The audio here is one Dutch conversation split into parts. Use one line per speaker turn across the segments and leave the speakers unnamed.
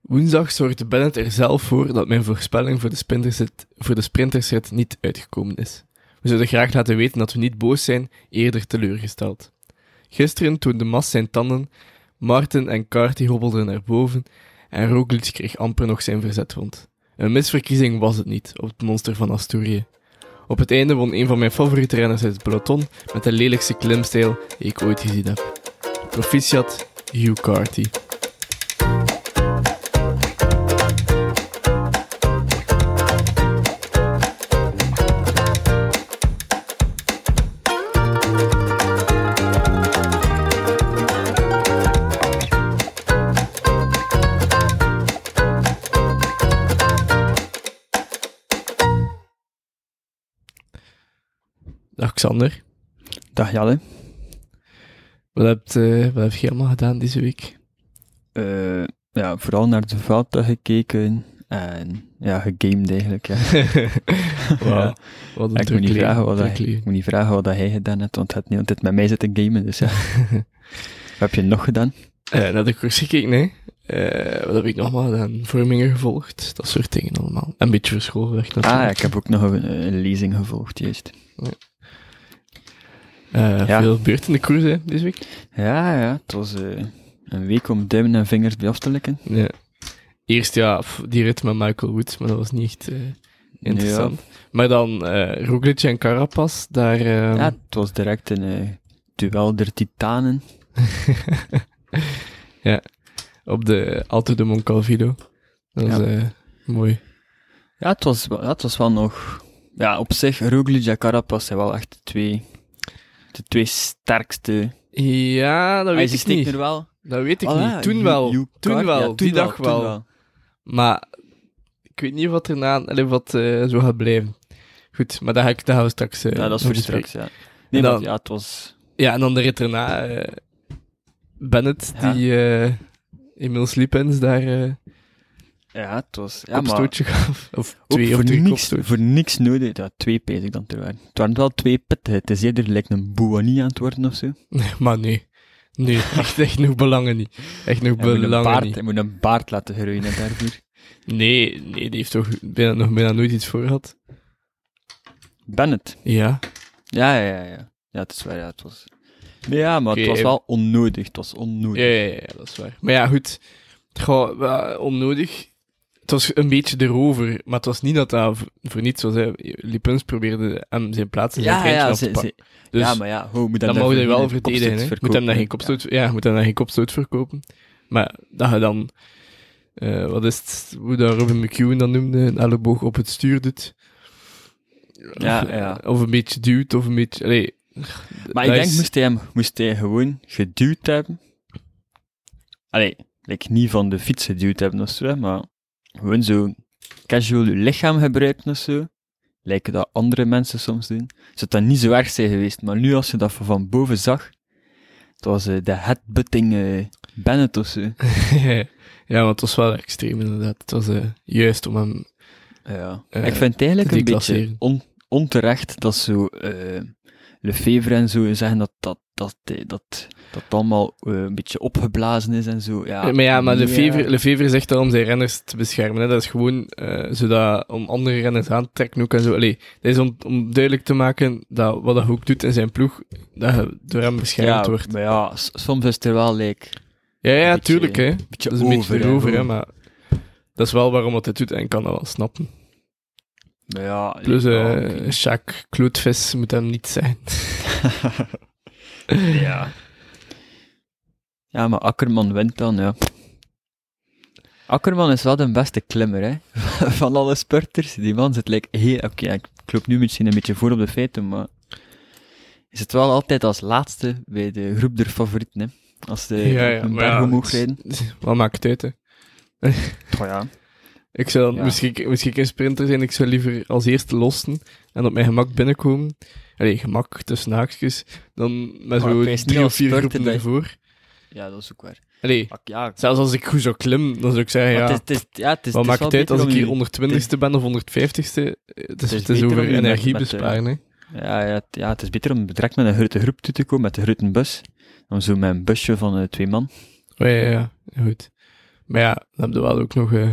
Woensdag zorgde Bennett er zelf voor dat mijn voorspelling voor de, sprintersit, voor de sprintersit niet uitgekomen is. We zouden graag laten weten dat we niet boos zijn, eerder teleurgesteld. Gisteren toonde Mas zijn tanden, Martin en Carty hobbelden naar boven en Roglic kreeg amper nog zijn verzet rond. Een misverkiezing was het niet op het monster van Asturië. Op het einde won een van mijn favoriete renners uit het peloton met de lelijkste klimstijl die ik ooit gezien heb. Proficiat Hugh Carty. Dag Xander,
Dag Jelle.
wat heb, je, wat heb je allemaal gedaan deze week?
Eh, ja, vooral naar de Vuelta gekeken en ja, gegamed eigenlijk. Ja.
Wauw,
Ja.
Wat een
Ik
druk
moet, niet
leven,
vragen wat
druk
hij,
leven.
ik moet niet vragen wat hij gedaan hebt, want hij heeft niet altijd met mij zitten gamen. Dus ja. wat heb je nog gedaan?
Eh, naar de koers gekeken, hè. Eh, wat heb ik nog allemaal gedaan? Vormingen gevolgd, dat soort dingen allemaal. En een beetje voor school weg
Ah, ja,
natuurlijk.
ik heb ook nog een, een lezing gevolgd, juist.
Eh,
Ah, ja.
Veel gebeurd in de koers, hè, deze week.
Ja, ja, het was eh, een week om duimen en vingers bij af te likken.
Ja. Eerst, ja, pff, die rit met Michael Woods, maar dat was niet echt eh, interessant. Maar dan eh Roglic en Carapaz, daar... ehm,
Ja, het was direct een eh, duel der titanen.
op de Alto de Moncalvido. Dat was
Ja.
eh, mooi.
Ja, het was, wel- ja, het was wel nog... Ja, op zich, Roglic en Carapaz zijn wel echt de twee, de twee sterkste... Ah,
Ja, dat
Hij
weet
ze
ik
steken
niet.
er wel.
Dat weet ik
Voilà,
niet. Toen
you-
wel.
you
toen
car-
wel.
ja, toen
die dag
toen
wel. Maar ik weet niet wat erna allee, wat, eh, zo gaat blijven. Goed, maar daar, ga ik, daar gaan we straks eh,
Ja, dat is
nog
voor straks,
bespreken.
ja. Nee,
dan-
maar ja, het was...
Ja, en dan de rit erna. eh, Bennett,
Ja.
die eh Emil Sliepens daar eh
Ja, het was... Ja, maar ook
kopstootje gaf. Of twee of
voor
drie
niks,
kopstootjes.
voor niks nodig. Ja, twee pees ik dan te waren. Het waren wel twee pitten. Het is eerder lijkt een Bouani aan het worden of zo. Hij
Nee, maar nee. Nee, echt, echt nog belangen niet. Echt nog
moet, een
belangen
baard,
niet.
hij moet een baard laten groeien hè, daarvoor.
Nee, nee, die heeft toch bijna, nog bijna nooit iets voor gehad.
Bennett.
Ja.
Ja, ja, ja, ja. Ja, het is waar, ja, het was... Nee, ja, maar
Oké,
het was
eh,
wel onnodig. Het was onnodig.
Ja, ja, ja, ja, dat is waar. Maar ja, goed. Goh, wa- onnodig. Het was een beetje erover, maar het was niet dat dat v- voor niets was. Hè. Lipens probeerde hem zijn plaats in zijn
ja,
treintje
ja,
af te
ze-
pakken.
ze-
Dus
ja, maar ja, hoe moet
dat
daar
mogen we
voor
wel
een kopstoot
verdedigen. hè. Je Moet
verkopen?
hem dan geen kopstoot, ja. je moet hem dan geen kopstoot verkopen. Maar dat je dan, eh, wat is het, hoe dat Robin McEwen dan noemde, een elleboog op het stuur doet. Of, eh,
Ja, ja.
of een beetje duwt, of een beetje... allee, dat
Maar ik denk,
is-
moest hij hem moest hij gewoon geduwd hebben. Allee, like, niet van de fiets geduwd hebben of zo, hè, maar gewoon zo casual je lichaam gebruiken of zo. Lijken dat andere mensen soms doen. Zou dat niet zo erg zijn geweest, maar nu als je dat van- van boven zag, het was eh, de headbutting eh Bennett of zo.
ja, want het was wel extreem inderdaad. Het was eh, juist om hem
Ja.
Eh,
ik vind het eigenlijk
te
een beetje
declasseren.
on- onterecht dat zo eh Lefevre en zo zeggen dat dat, dat, eh, dat, dat allemaal eh, een beetje opgeblazen is en zo. Ja,
Eh, maar ja, maar
ja.
Lefevre, Lefevre zegt dat om zijn renners te beschermen. Hè. Dat is gewoon eh, zodat, om andere renners aan te trekken ook en zo. Allee, dat is om, om duidelijk te maken dat wat hij ook doet in zijn ploeg, dat hij door hem beschermd
Ja,
wordt.
maar ja, s- soms is het er wel like,
Ja, ja,
een beetje-
tuurlijk. Hè.
een beetje
Dat is een beetje
over. hè,
erover, hè,
gewoon.
maar dat is wel waarom dat hij doet en ik kan dat wel snappen.
Maar ja,
Plus, eh
ja, oké.
Jacques Klootvis moet hem niet zijn.
ja. Ja, maar Akkerman wint dan, ja. Akkerman is wel de beste klimmer, hè. Van alle spurters. Die man zit like, heel... Oké, ja, ik ik loop nu misschien een beetje voor op de feiten, maar... Is het wel altijd als laatste bij de groep der favorieten, hè. Als de
Ja, ja,
een
maar
berg
ja,
omhoog
het-
rijden.
wat maakt het uit, hè?
Oh ja.
Ik zou
Ja.
misschien, misschien geen sprinter zijn, ik zou liever als eerste lossen en op mijn gemak binnenkomen. Allee, gemak tussen haakjes. Dan met
Maar ik
zo
wijs niet
drie of
als
vier
spurter
groepen
dat je-
ervoor.
Ja, dat is ook waar.
Allee,
Ak- Ja, maar
zelfs als ik goed zou klimmen, dan zou ik zeggen, ja,
het is, het is, ja, het is,
wat
het
maakt
is wel
het uit als
beter
ik
om
hier
je-
120ste ben of 150ste? Het is,
is
het is
beter om
over
je met-
energie
met de-
besparen, hè. Oh,
Ja, ja, het- ja, het is beter om direct met een grote groep toe te komen, met een grote bus. Dan zo met een busje van eh, twee man.
Oh, ja, ja, ja, goed. Maar ja, dan hebben we wel ook nog eh,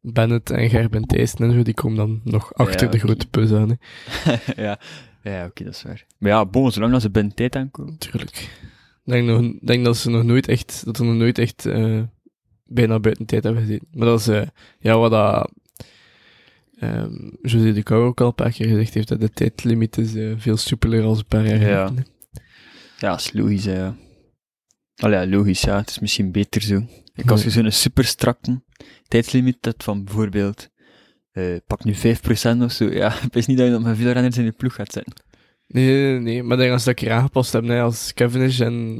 Bennett en Gerben Thijssen en zo. Die komen dan nog achter
Ja,
de
oké.
grote puzz aan. Hè.
ja, ja oké, dat is waar. Maar ja, bon, zolang dat ze binnen tijd aankomen.
Tuurlijk. Ik denk, nog, ik denk dat ze nog nooit echt, dat ze nog nooit echt eh, bijna buiten tijd hebben gezien. Maar dat is, eh, ja, wat dat, ehm José de Kouwer ook al een paar keer gezegd heeft, dat de tijdlimiet is eh, veel soepeler als een paar jaar
Ja.
geleden, hè.
Ja, is logisch, hè, ja. Allee, ja, logisch, ja. Het is misschien beter zo. Ik als je zo'n super strakke tijdslimiet hebt van bijvoorbeeld, eh, pak nu 5% of zo, ja, het is niet dat je nog met veel renners in de ploeg gaat zetten.
Nee, nee, nee, nee. Maar ik denk als ze dat keer aangepast hebben, hè, als Cavendish en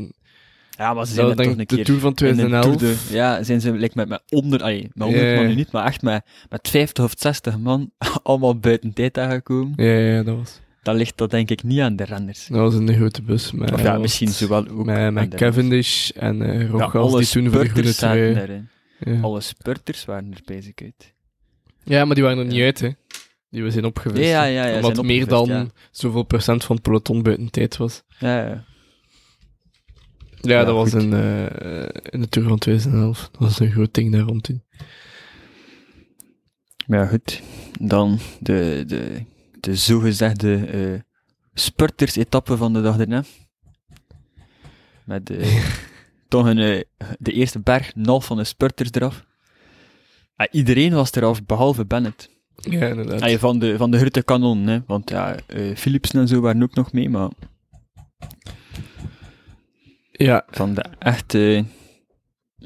Ja, maar Oh, ze zijn
dat
dat
denk
toch
ik
een
de
keer...
Tour van
in de
2011.
Tour de- ja, zijn ze like, met, met onder, allee, met 100 man
Ja.
nu niet, maar echt met, met 50 of 60 man allemaal buiten tijd aangekomen.
Ja, ja, ja, dat was,
Dan ligt dat denk ik niet aan de renners.
dat was in de grote bus. Maar,
Of ja, misschien zowel ook
Met,
aan
met
de
Cavendish en eh
renners. Ja,
Rogas,
alle
die toen voor de groene
spurters zaten
trui...
daarin.
Ja.
Alle spurters waren er bezig uit.
Ja, maar die waren er niet
Ja.
uit, hè. Die we zijn opgevist.
Ja, ja, ja, ja,
Omdat
zijn
meer dan
opgevist,
zoveel procent van het peloton buiten tijd was.
Ja, ja.
Ja,
Ja,
dat was
goed.
in, eh, in de Tour van 2011. Dat was een groot ding daar rond in.
Maar ja, goed. Dan de, de, de zogezegde eh spurters-etappe van de dag daarna. Met eh, toch een, eh, de eerste berg, een half van de spurters eraf. Ah, iedereen was eraf, behalve Bennett.
Ja, inderdaad.
Ah, van de, van de grote kanon, hè. Want ja, eh, Philipsen en zo waren ook nog mee, maar
Ja,
van de echte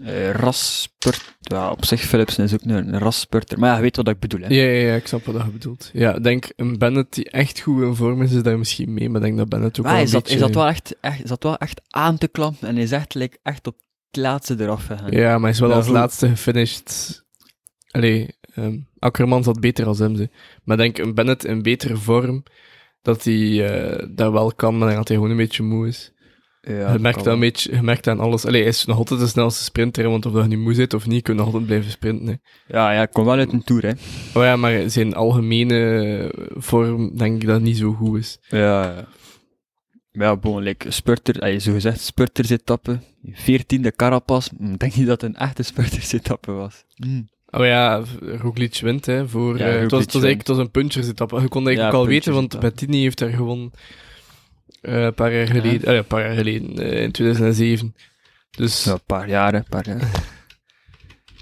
eh rasspurt... Ja, op zich, Philipsen is ook een, een rasspurter. Maar ja, je weet wat ik bedoel, hè.
ja, ja, ja, ik snap wat je bedoelt. Ja, ik denk een Bennett die echt goed in vorm is, is daar misschien mee. Maar ik denk dat Bennett ook
Maar
wel
hij
een
zat,
beetje...
hij zat wel echt, echt, hij zat wel echt aan te klampen en hij is echt, like, echt op het laatste eraf gegaan.
Ja, maar hij is wel
Maar
als
goed.
laatste gefinished. Allee, ehm Akkerman zat beter als hem, ze. Maar ik denk een Bennett in betere vorm, dat hij eh, daar wel kan, maar dat hij gewoon een beetje moe is.
Ja,
je, merkt dat
kan
een
wel.
beetje, je merkt aan alles. Allee, hij is nog altijd de snelste sprinter, hè, want of dat je nu moe zit of niet, kun je nog altijd blijven sprinten. Hè.
Ja, ja, hij komt wel uit een tour, hè.
Oh ja, maar zijn algemene eh, vorm denk ik dat niet zo goed is.
Ja, ja. Maar ja, bon, like, spurter, allee, zogezegd spurtersetappe, 14e Carapaz, hm, denk je dat het een echte spurtersetappe was?
Oh ja, Roglic wint, hè. Voor,
Ja,
eh, het, was,
Roglic
het, was eigenlijk, het was een punchersetappe. Je kon dat
Ja,
eigenlijk ook al weten, want
punchersetappe.
Bettini heeft daar gewoon eh, een paar jaar geleden... eh, een paar jaar geleden, eh, in 2007. Dus,
Ja, een paar jaren, een paar jaren.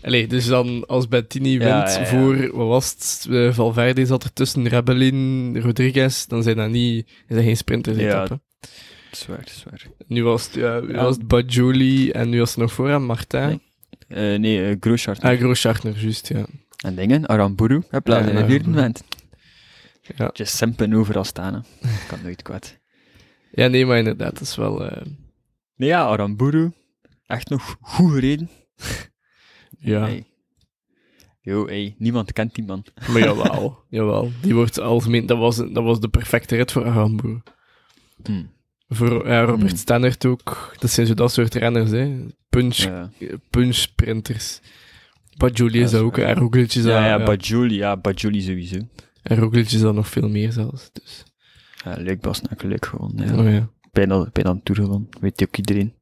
allee, dus dan, als Bettini
Ja,
wint
ja, ja.
voor, wat was het, eh, Valverde zat er tussen, Rebellin, Rodriguez, dan zijn dat niet... zijn geen sprintersetappen.
Zwaar, zwaar.
Nu was het, ja, nu
Ja.
was het Badjouli en nu was het nog voor hem Martin.
Nee. Eh, nee, eh Groschart.
Ah, Groschartner, juist, ja.
En dingen, Aramburu, heb laat
Ja,
in de vierde
Aramburu.
moment.
ja.
Just simpen overal staan, hè. Kan nooit kwaad.
Ja, nee, maar inderdaad, dat is wel... eh,
Nee, ja, Aramburu. Echt nog goed gereden.
ja,
Hey. Yo, hey, niemand kent die man.
maar jawel. jawel. Die wordt algemeen... Dat was, dat was de perfecte rit voor Arambo. Voor ja, Robert
Hmm.
Stannert ook. Dat zijn zo dat soort renners, hè. Punch,
Ja,
punch sprinters. Badjouli
Ja,
is dat
dat is
ook,
waar.
en Roglic is dat...
ja, ja,
ja.
Bajoli, ja, Bajoli sowieso.
En Roglic is dat nog veel meer zelfs, dus...
Ja, leuk Bas, nou, leuk gewoon.
Ja.
Ja.
Oh, ja.
Bijna, bijna een tour gewonnen, weet ook iedereen.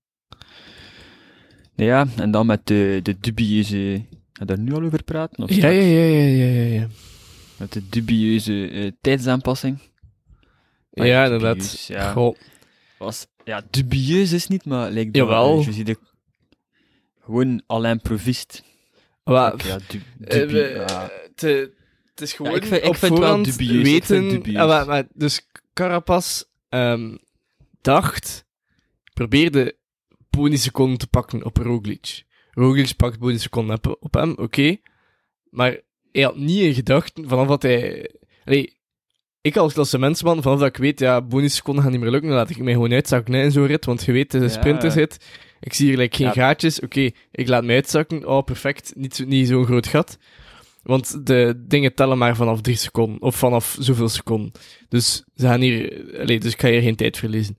Nou ja, en dan met de, de dubieuze... Ga je daar nu al over praten? Of
Ja, ja,
straks?
ja, ja, ja, ja, ja.
Met de dubieuze eh, tijdsaanpassing.
Ja,
Ah, ja,
inderdaad.
dubieus, ja.
Goh.
Was, ja, dubieus is niet, maar lijkt
Jawel.
wel. eh, Je ziet de, gewoon Alain Provist.
Wa-
Oké, ja, du,
Eh,
dubie-
we-
ja.
Het eh, het is gewoon
ah. ik vind- ik
op
vind het wel
voorhand
dubieus, ik vind
weten...
het dubieus.
Ah, maar, maar, dus Carapaz ehm, dacht, probeerde seconden te pakken op Roglic. Roglic pakt boniseconden op, op hem, oké. Maar hij had niet in gedachten vanaf dat hij... Allee, ik als klassementsman, vanaf dat ik weet, ja, bonusseconden gaan niet meer lukken, dan laat ik mij gewoon uitzakken hè, in zo'n rit, want je weet, het is een
Ja.
sprintershit. Ik zie hier like, geen
Ja.
gaatjes, oké, ik laat mij uitzakken, oh, perfect, niet, zo- niet zo'n groot gat. Want de dingen tellen maar vanaf drie seconden, of vanaf zoveel seconden. Dus ze gaan hier... Allee, dus ik ga hier geen tijd verliezen.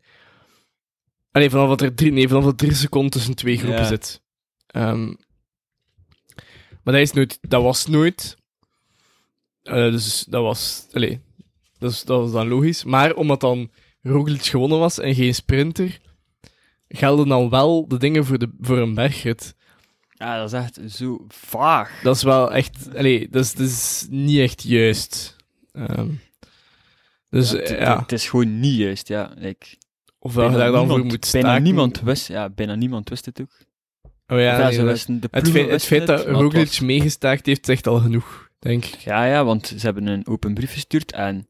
Allee, vanaf dat er drie, nee, vanaf dat drie seconden tussen twee groepen
Ja.
zit. Ehm, maar dat, is nooit, dat was nooit. Eh, dus dat was... Allee, dus dat was dan logisch. Maar omdat dan Roglic gewonnen was en geen sprinter, gelden dan wel de dingen voor, de, voor een bergrit.
Ja, dat is echt zo vaag.
Dat is wel echt... Allee, dat is, dat is niet echt juist. Ehm, dus
Ja,
ja,
het- Het is gewoon niet juist, ja. Like,
ofwel je daar dan voor moet staan.
bijna niemand wist, ja, bijna niemand wist het ook.
Oh ja,
Of ja,
nee,
ze
dat-
wisten, de
het,
ploegen
feit, het
wisten
feit dat
maar het was-
Roglic meegestaakt heeft, zegt al genoeg, denk ik.
Ja, ja, want ze hebben een open brief gestuurd en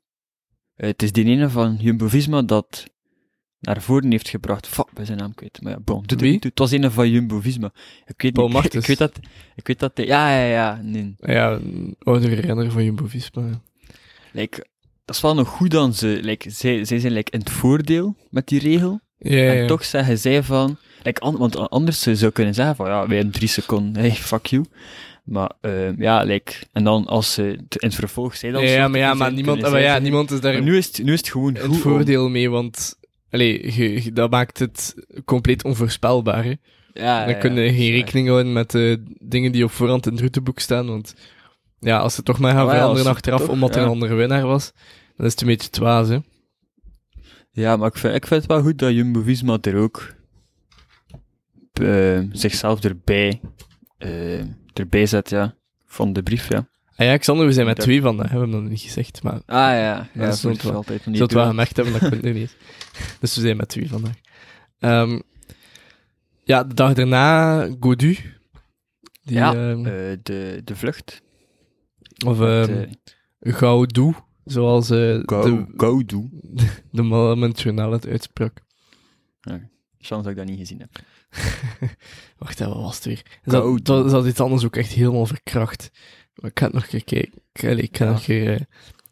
eh, het is die ene van Jumbo-Visma dat naar voren heeft gebracht. Fuck, bij zijn naam kwijt. Maar ja, boom. Doet er
Wie?
niet toe. Het was een van Jumbo-Visma. Ik weet
Paul
niet, ik,
Martens.
weet dat, ik weet dat, hij- ja, ja, ja, nee.
Ja, een oudere renner van Jumbo-Visma. ja.
Like, dat is wel nog goed dan ze, like, zij, zij zijn like, in het voordeel met die regel.
Ja, ja,
En
ja.
toch zeggen zij van, like, an- want anders eh, zou je kunnen zeggen van, ja, wij hebben drie seconden, hey, fuck you. Maar, eh, ja, like, en dan als ze het- in het vervolg zij dan
Ja, ja,
soort
maar, ja,
van
maar,
zijn,
niemand,
kunnen
maar
zij
ja,
zeggen,
niemand is daar
Maar nu is, het, nu is het gewoon
het
goed.
voordeel mee, want allee, je- je- dat maakt het compleet onvoorspelbaar. hè.
om- Ah, Ja,
Dan kunnen
ja,
we geen
ja.
rekening houden met de dingen die op voorhand in het routeboek staan, want ja, als ze toch maar gaan
Ah, ja,
veranderen
als ze
achteraf
toch-
omdat er
ja.
een andere winnaar was, dan is het een beetje twaas, hè.
Ja, maar ik vind, ik vind het wel goed dat Jumbo-Visma er ook eh, zichzelf erbij, eh, erbij zet, ja. Van de brief, ja.
Ah ja, Xander, we zijn met
Dat-
twee van, dat hebben we nog niet gezegd, maar
Ah ja, ja,
dat
dat
is
is
wel-
altijd nog
je
niet
zult
doen.
wel gemerkt hebben, dat komt nu niet. Dus we zijn met twee vandaag. Ehm, ja, de dag daarna, Godu. Die,
Ja,
ehm,
Eh, de, de vlucht.
of
Het,
ehm
eh,
Gaudu, zoals eh,
Go-
de,
Goudu.
de man in het journaal het uitsprak.
Chance dat ik dat niet gezien heb.
Wacht, hè, wat was het weer? Is
Koud.
dat, dat, is dat iets anders ook echt helemaal verkracht? Maar ik ga het nog een keer kijken. Ik- allee, Ik, ga
Ja.
nog een keer, eh,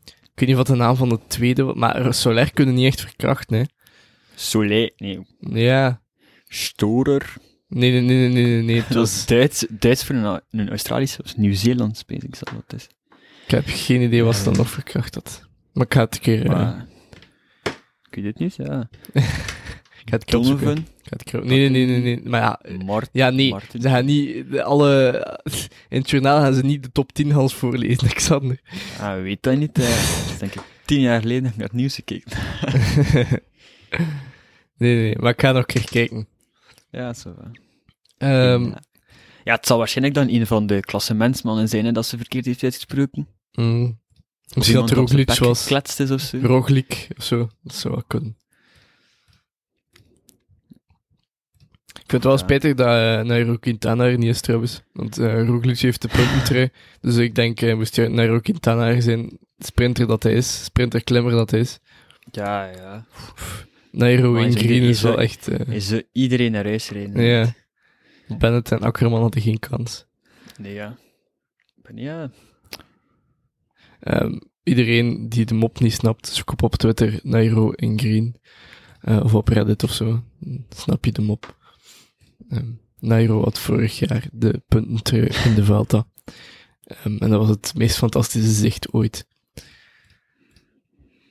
ik weet niet wat de naam van de tweede was, maar Soler kunnen niet echt verkrachten, hè?
Soleil, nee.
Ja.
Storer.
Nee, nee, nee, nee, nee, nee, nee. Het
Dat was
was,
Duits, Duits voor een, een Australisch of Nieuw-Zeelands, weet ik zal wat het is.
ik heb geen idee wat ze dan
Ja.
nog verkracht had. Maar ik ga het een keer... eh,
Maar, kun je dit niet? Ja.
ik ga het een keer opzoeken.
Donovan,
Ik ga het een keer op- Nee, nee, nee, nee, nee. Maar ja... eh,
Mart
Ja, nee.
Martin.
Ze gaan niet... de- Alle... In het journaal gaan ze niet de top 10 hals voorlezen, Alexander.
Ah, weet dat niet. eh. Dat is denk ik tien jaar geleden dat ik naar het nieuws gekeken. heb.
nee, nee, nee. Maar ik ga nog een keer kijken.
Ja, zo wel.
Ehm,
ja. Ja, het zal waarschijnlijk dan een van de klassementsmannen zijn hè, dat ze verkeerd heeft uitgesproken.
mm. Misschien dat er ook niets was.
gekletst is of zo.
Roglic of zo. Dat zou wel kunnen. Ik vind het wel
Ja.
spijtig dat eh Nairo Quintana er niet is trouwens. Want eh Roglic heeft de puntentrui. dus ik denk, eh, moest je Nairo Quintana er zijn, sprinter dat hij is, sprinter-klimmer dat hij is.
Ja, ja.
Nairo
Maar
in
is er
green
geen-
is
is er-
wel echt... eh,
Is ze iedereen naar huis reden?
ja. Bennett en Ackerman hadden geen kans.
Nee, ja. Maar ja.
Ehm, iedereen die de mop niet snapt, zoek op op Twitter Nairo in Green. Eh, of op Reddit of zo. Dan Snap je de mop? Ehm, Nairo had vorig jaar de puntentrui in de Vuelta. Ehm, en dat was het meest fantastische zicht ooit.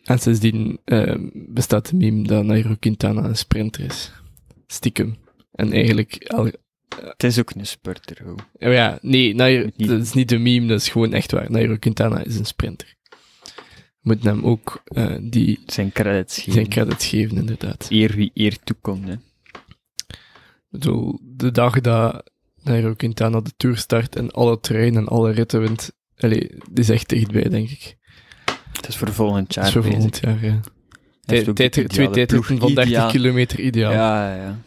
En sindsdien ehm, bestaat de meme dat Nairo Quintana een sprinter is. Stiekem. En eigenlijk... el-
Het is ook een spurter, ho.
oh ja, nee, Nairo,
Niet.
dat is niet de meme, dat is gewoon echt waar. Nairo Quintana is een sprinter. We moeten hem ook eh, die,
Zijn credits geven.
zijn credit geven, inderdaad.
Eer wie eer toekomt, hè.
Ik bedoel, de dag dat Nairo Quintana de Tour start en alle treinen en alle ritten wint, allee, die is echt dichtbij, denk ik.
Het is voor volgend jaar.
Dat is voor
bezig.
volgend jaar, ja.
Hij heeft ook
Tijd-
de
tijd- twee
ideale
tijdritten
ploeg.
van 30
Ideaal.
kilometer ideaal.
Ja, ja, ja.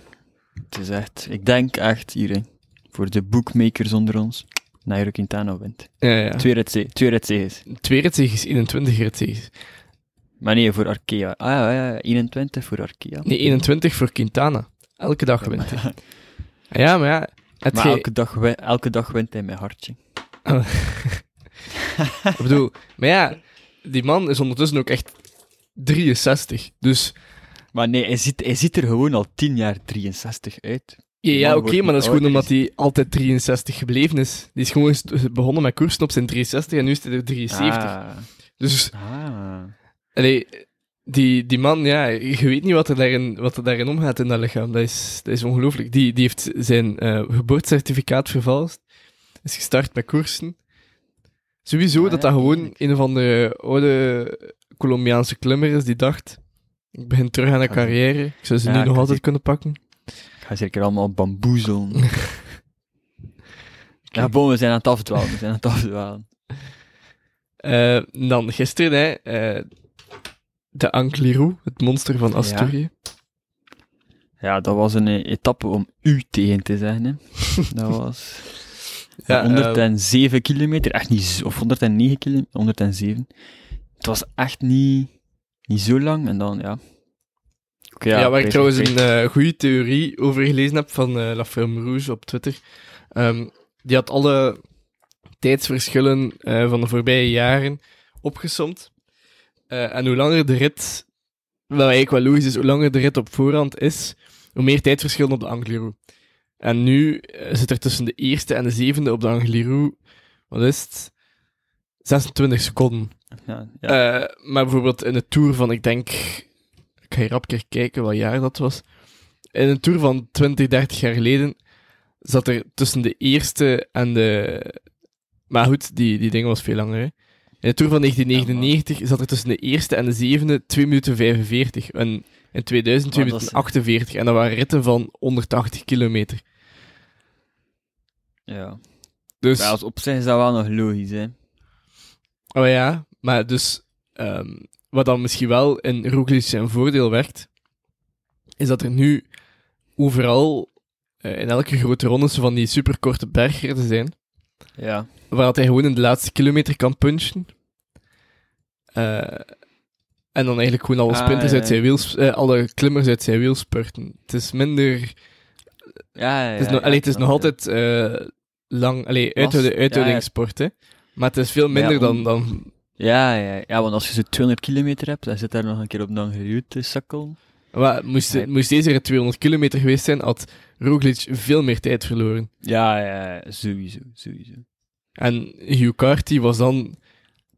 Het is echt, ik denk echt hier, hè, voor de bookmakers onder ons, Nairo Quintana wint.
ja, ja. Twee,
Twee ritze- Twee ritsegers.
ritzegers, 21 ritzegers.
Maar nee, voor Arkea. Ah ja, ja, ja, 21 voor Arkea.
Nee, 21 voor Quintana. Elke dag
Ja,
wint hij.
maar,
Ja, maar ja... Het
maar
ge-
elke, dag win- elke dag wint hij mijn hartje.
Ik bedoel, maar ja, die man is ondertussen ook echt 63. Dus
Maar nee, hij ziet, hij ziet er gewoon al 10 jaar 63 uit.
ja,
Die
ja
man
oké,
wordt niet
maar dat is gewoon
ouder,
omdat hij altijd 63 gebleven is. Die is gewoon st- begonnen met koersen op zijn 63 en nu is hij er 73. Dus
Ah, ah.
allee, die, die man, ja, je weet niet wat er daarin, wat er daarin omgaat in dat lichaam. Dat is, dat is ongelooflijk. Die, die heeft zijn eh, geboortecertificaat vervalst, is gestart met koersen. Sowieso
Ah,
dat
ja,
dat gewoon
eigenlijk.
een van de oude Colombiaanse klimmer is die dacht... Ik begin terug aan de
Ik ga-
carrière. Ik zou ze
Ah, Ja,
nu
ik
nog
ga
altijd
die-
kunnen pakken.
Ik ga zeker allemaal bamboezelen. Ja, bon, we zijn aan het afdwalen. We zijn aan het afdwalen.
Eh, dan gisteren, hè, eh, de Angliru, het monster van Asturië.
Ja, dat was een eh, etappe om u tegen te zijn. Hè. Dat was
Ja, eh,
107 kilometer, echt niet, zo- of 109 kilometer, 107. Het was echt niet, niet zo lang en dan, ja. Oké,
Ja, waar ik
prijs
trouwens
gekregen.
een eh, goede theorie over gelezen heb van eh La Flamme Rouge op Twitter. Ehm, die had alle tijdsverschillen eh, van de voorbije jaren opgesomd. Eh, en hoe langer de rit, wat eigenlijk wel logisch is, hoe langer de rit op voorhand is, hoe meer tijdsverschillen op de Angliru. En nu eh, zit er tussen de eerste en de zevende op de Angliru, wat is het? 26 seconden.
Ja, ja.
Eh, maar bijvoorbeeld in de tour van, ik denk, ik ga hier rap keer kijken wat jaar dat was. In een tour van 20, 30 jaar geleden zat er tussen de eerste en de. Maar goed, die, die ding was veel langer. Hè. In de tour van 1999 zat er tussen de eerste en de zevende 2 minuten 45. En in 2000 2
Maar Ah, dat
minuten 48. En dat waren ritten van 180 kilometer.
ja.
Dus.
Maar als op zich is dat wel nog logisch, hè.
Oh ja, maar dus ehm, wat dan misschien wel in Roglic zijn voordeel werkt, is dat er nu overal eh, in elke grote ronde zo van die superkorte bergritten zijn,
Ja.
waar dat hij gewoon in de laatste kilometer kan punchen. Eh, en dan eigenlijk gewoon alle
Ah,
sprinters
ja,
uit
ja.
zijn wiels, eh, alle klimmers uit zijn wiel spurten. Het is minder,
Ja, ja,
het is,
ja,
nog,
ja,
allee, het is
ja,
nog
ja.
altijd eh, lang, allee, uithouding,
ja, ja.
uithoudingssport, hè. Maar het is veel minder
om-
dan, dan
Ja, ja, ja, want als je zo 200 kilometer hebt, dan zit daar nog een keer op dan geruwd te sakkelen.
Maar moest,
Nee.
moest deze rit 200 kilometer geweest zijn, had Roglic veel meer tijd verloren.
Ja, ja, ja, sowieso, sowieso.
En Hugh Carty was dan,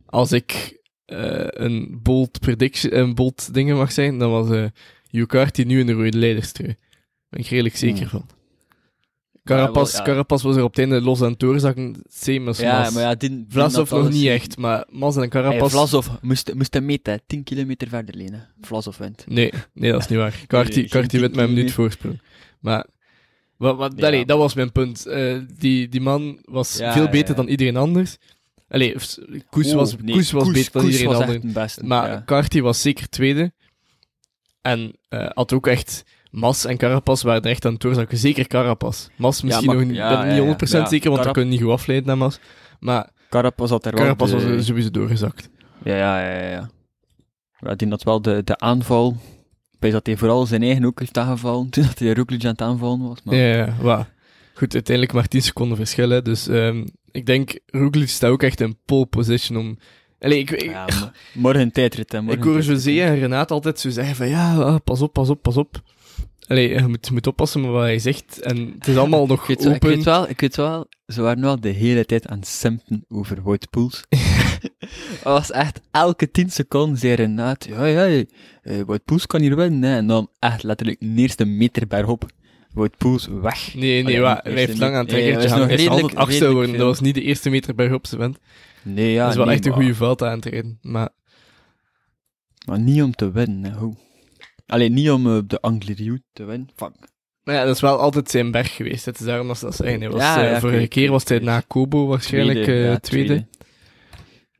als ik eh, een bold prediction, een bold dingen mag zijn, dan was eh Hugh Carty nu in de rode leiderstrui. Daar ben ik redelijk zeker
Hmm.
van. Carapaz,
Ja, wel, ja.
Carapaz was er op het einde los aan het doorzakken, same als
Ja,
Mas.
maar ja, dit...
Vlasov nog niet echt, maar Mas en
Hey,
Carapaz...
Vlasov moest, moest hem meten, 10 kilometer verder lenen. Vlasov wint.
Nee, nee, dat is niet waar. Carty,
nee,
Carty
geen
wint met een minuut
kilometer.
voorsprong. Maar, wat, wat,
Ja.
allee, dat was mijn punt. Eh, die, die man was
Ja,
veel
ja,
beter
ja.
dan iedereen anders. Allee, f- Koes,
Oh,
was,
nee,
Koes was beter dan
Koes
iedereen
was echt
anders.
de beste,
Maar
ja.
Carty was zeker tweede. En eh, had ook echt... Mas en Carapas waren er echt aan het doorzakken. Zeker Carapas. Mas misschien
maar-
nog niet,
ja,
ben ik
ja, ja.
niet 100%
Ja,
zeker, want
Carap-
dat kun je niet goed afleiden naar Mas. Maar
Carapaz had er wel
Carapas
de-
was sowieso doorgezakt.
Ja, ja, ja, ja, ja. Ja, die had wel de, de aanval. Ik weet dat hij vooral zijn eigen ook heeft aangevallen, toen dat hij Roglic aan het aanvallen was. Maar...
Ja, ja, ja, waar. Goed, uiteindelijk maar 10 seconden verschil. Hè. Dus ehm, ik denk, Roglic staat ook echt in pole position om... Allee, ik, ik,
Ja, maar- morgen een tijdrit, hè. Morgen
ik hoor
een tijdrit,
José en Renaat altijd zo zeggen van... Ja, ah, pas op, pas op, pas op. Allee, je moet, je moet oppassen met wat hij zegt. En het is allemaal nog
Ik weet, wel- ik,
open.
weet wel, ik weet wel, ze waren wel de hele tijd aan het simpen over Wout Poels. Het was echt elke 10 seconden zei Renaat, ja, ja, ja, eh, Wout Poels kan hier winnen. hè." En dan echt letterlijk de eerste meter bergop, Wout Poels weg.
Nee, nee,
Allee,
waar,
eerste
hij heeft lang
meter-
aan het
Ja, ja,
trekkertje
dat is
gehangen.
nog
Hij is altijd
redelijk-
achtste
redelijk
geworden. Dat
veel.
was niet de eerste meter bergop ze bent.
Nee, ja,
dat is wel
nee,
echt een
maar-
goede veld aan het rijden. Maar
Maar niet om te winnen, hè, hoe. Alleen niet om eh, op de Angliru te winnen. Fuck.
Maar ja, dat is wel altijd zijn berg geweest. Het is daarom dat ze dat zijn. Hij was,
Ja,
eh,
ja,
vorige
ik-
keer was hij
ik-
na Kobo waarschijnlijk eh,
ja,
tweede.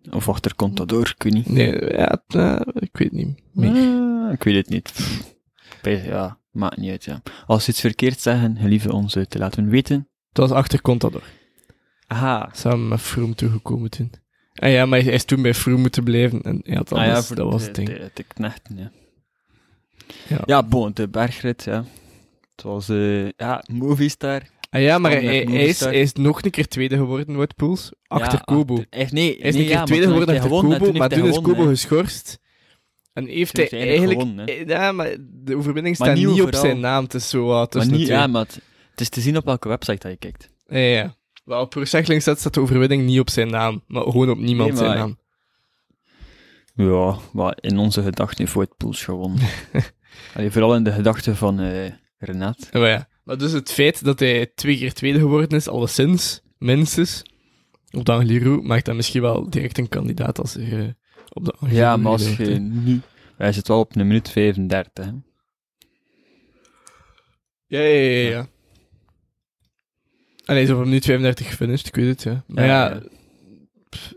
Of achter komt dat door, ik weet niet.
Nee, ja, het, eh, ik weet niet meer.
Ah, ik weet het niet. Pff, Ja, maakt niet uit, ja. Als ze iets verkeerd zeggen, gelieve ons eh, te laten weten.
Het was achter Contador.
Aha.
Samen met Froome toegekomen toen. En ja, maar hij is toen bij Froome moeten blijven. En hij had anders, Ah dat was het ding.
Ah De, de knechten, ja.
Ja.
Ja, bon, de bergrit, ja. Het was, eh ja, Movistar.
Ah ja, maar hij,
Standaard
hij is,
Movistar.
hij is nog een keer tweede geworden, Wout Poels. Achter
ja,
Kobo.
achter- eh, nee,
Hij is
nee,
een keer
ja,
tweede
maar toen
geworden
heeft
achter
hij gewonnen,
Kobo,
toen
maar toen
heeft hij
is
gewonnen,
Kobo
hè.
geschorst. En heeft
Toen
hij
heeft hij eigenlijk
eigenlijk... ja, maar de overwinning
Maar
staat
niet
niet op
overal.
zijn naam. Het is zo wat
Maar
tussen de
niet,
twee.
ja, maar het, het is te zien op welke website dat je kijkt.
Ja, ja, ja. Wel, op Procycling staat staat de overwinning niet op zijn naam, maar gewoon op niemand
Nee, maar
zijn
ik-
naam.
Ja, maar in onze gedachten heeft Voigt Poels gewonnen. Allee, vooral in de gedachten van eh Renat.
Maar ja. Maar dus het feit dat hij twee keer tweede geworden is, alleszins, minstens, op de Angliru, maakt hem misschien wel direct een kandidaat als hij eh, op de Angliru
Ja, maar als
rijdt,
je
hè.
nu... Hij zit wel op een minuut 35, hè.
Ja, ja, ja, ja. Allee, zo van minuut 35 gefinished, ik weet het, ja. Maar ja,
ja.
pff,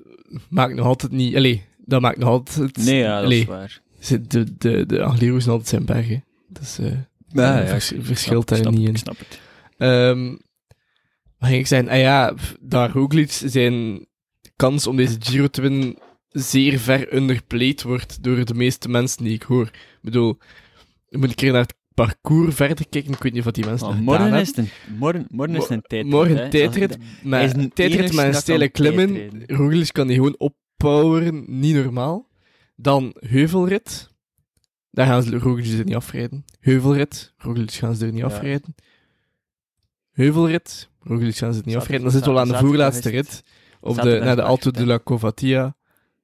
maakt nog altijd niet... Allee, dat maakt nog altijd...
Nee, ja, dat is
allee,
waar.
ze- De, de, de Angliro's zijn altijd zijn berg, hè. Dus, eh Ja,
ik-
vers-
ik snap-
verschilt daar
ik snap,
niet in.
Ik snap het.
ehm wat ging ik zeggen? Ah ja, pff, daar Roglic zijn kans om deze Giro te winnen zeer ver underplayed wordt door de meeste mensen die ik hoor. Ik bedoel, je moet een keer naar het parcours verder kijken. Ik weet niet wat die mensen
Maar
daar gedaan
morgen,
hebben.
Oh, is het een, morgen, morgen is het een tijdrit.
morgen
hè.
tijdrit,
Dat-
Maar
Hij is een
tijdrit
enigste
met een
dat
stele
kan
klimmen.
tijdrijden.
Roglic kan die gewoon oppoweren. Niet normaal. Dan heuvelrit. Daar gaan ze Roglic er niet afrijden. Heuvelrit. Roglic gaan ze er niet
Ja.
afrijden. Heuvelrit. Roglic gaan ze er niet
Zaterdag-
afrijden. Dan zitten we al aan de
zaterdag
voorlaatste
is het.
rit. Of de,
Zaterdag
naar de
is
Alto
het,
de la Covatia.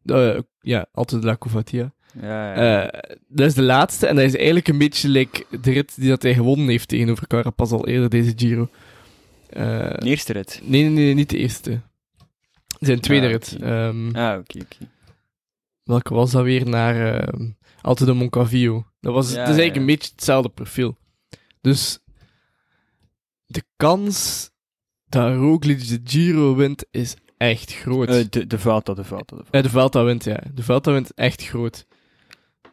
Eh, ja, Alto de la Covatia.
Ja, ja.
Eh, dat is de laatste en dat is eigenlijk een beetje like de rit die dat hij gewonnen heeft tegenover Carapaz al eerder deze Giro. Eh,
de eerste rit.
Nee, nee, nee, niet de eerste. Zijn tweede
Ah,
rit.
oké.
Ehm,
Ah, oké, oké.
Welke was dat weer naar ehm Alto de Moncavio? Dat was,
Ja,
het is eigenlijk
ja.
een beetje hetzelfde profiel. Dus de kans dat Roglic de Giro wint is echt groot.
Eh, de, de Vuelta, de Vuelta. De Vuelta.
Eh, de Vuelta wint, ja. De Vuelta wint echt groot.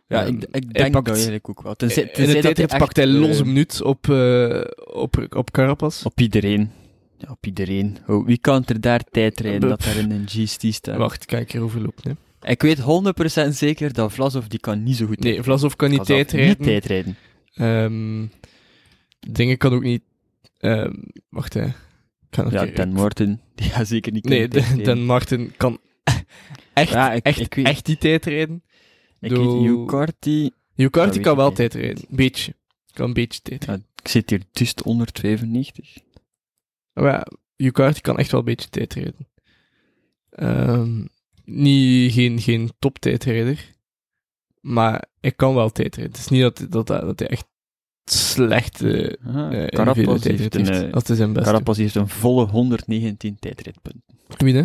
Ja,
Ehm,
ik, ik
hij
denk
pakt-
dat eigenlijk ook wel.
In
Tenzij, tenzij
de
dat
tijdrit
echt,
pakt hij los
eh,
een minuut op, eh, op, op Carapaz.
Op iedereen. Ja, op iedereen. Oh, wie kan er daar tijd rijden dat er in een GST staat?
Wacht, ik kan ik erover lopen. Hè.
Ik weet 100% zeker dat Vlasov die kan niet zo goed
Nee, Vlasov kan niet
Vlasov
tijdrijden.
Niet tijdrijden.
Ehm, dingen kan ook niet. ehm, wacht hè. Kan
Ja, Dan Morten, die gaat zeker niet kunnen
Nee, de-
tijdrijden.
Dan Martin kan echt,
Ja, ik,
echt,
ik weet,
echt die tijd rijden.
ik weet
doe-
Ucarti- Dat
Jukarti
weet
kan
ik
wel
niet.
tijd rijden. Een beetje. Kan een beetje tijd
Ja, ik zit hier dus te 195.
Maar ja, Jukarti kan echt wel een beetje tijd rijden. Ehm, niet, geen, geen toptijdrijder. Maar ik kan wel tijd rijden. Het is niet dat, dat, dat hij echt slechte
Ah,
eh individuele
Carapaz,
tijdrit
heeft een,
heeft.
eh,
Dat is zijn beste.
Carapaz heeft een volle 119 tijdritpunten.
Wie, hè?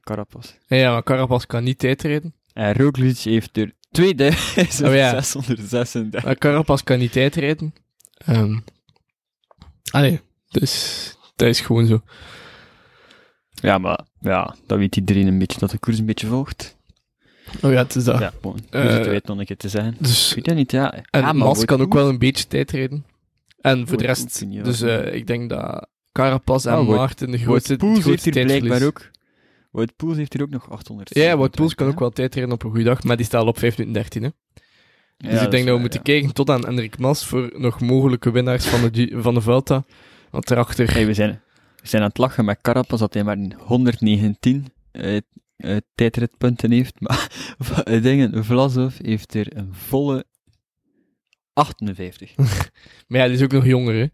Carapaz.
Ja, maar Carapaz kan niet tijdrijden.
En Roglic heeft er 2636.
Oh ja. Maar Carapaz kan niet tijdrijden. Ehm allee, dus dat is gewoon zo.
Ja, maar ja, dat weet iedereen een beetje, dat de koers een beetje volgt.
Oh ja, het is dat.
Ja, gewoon. Dus
Eh,
het weet nog een keer te zeggen. Ik
Dus,
weet dat niet, ja.
en
ja, maar
Mas
wordt
kan ook
goed.
wel een beetje tijdrijden. En voor de
Wordt
rest,
ook niet, ja.
dus eh, ik denk dat Carapaz en
Ah, Wout-
Maarten de
Wout
grootste,
Poels heeft
grootste
hier blijkbaar
tijdverlies.
ook... Wout Poels heeft hier ook nog 800.
Ja, Wout Poels kan ook wel tijdrijden op een goede dag, maar die staat al op 5 minuten 13. Hè. Dus ik denk dat we
eh,
moeten kijken tot aan Hendrik Mas voor nog mogelijke winnaars van de, G- van de Vuelta. Want daarachter...
Hey, we, zijn, we zijn aan het lachen met Carapaz dat hij maar een 119 eh, eh, tijdritpunten heeft. Maar v- eh, dingen, Vlasov heeft er een volle 58.
Maar ja, die is ook nog jonger, hè.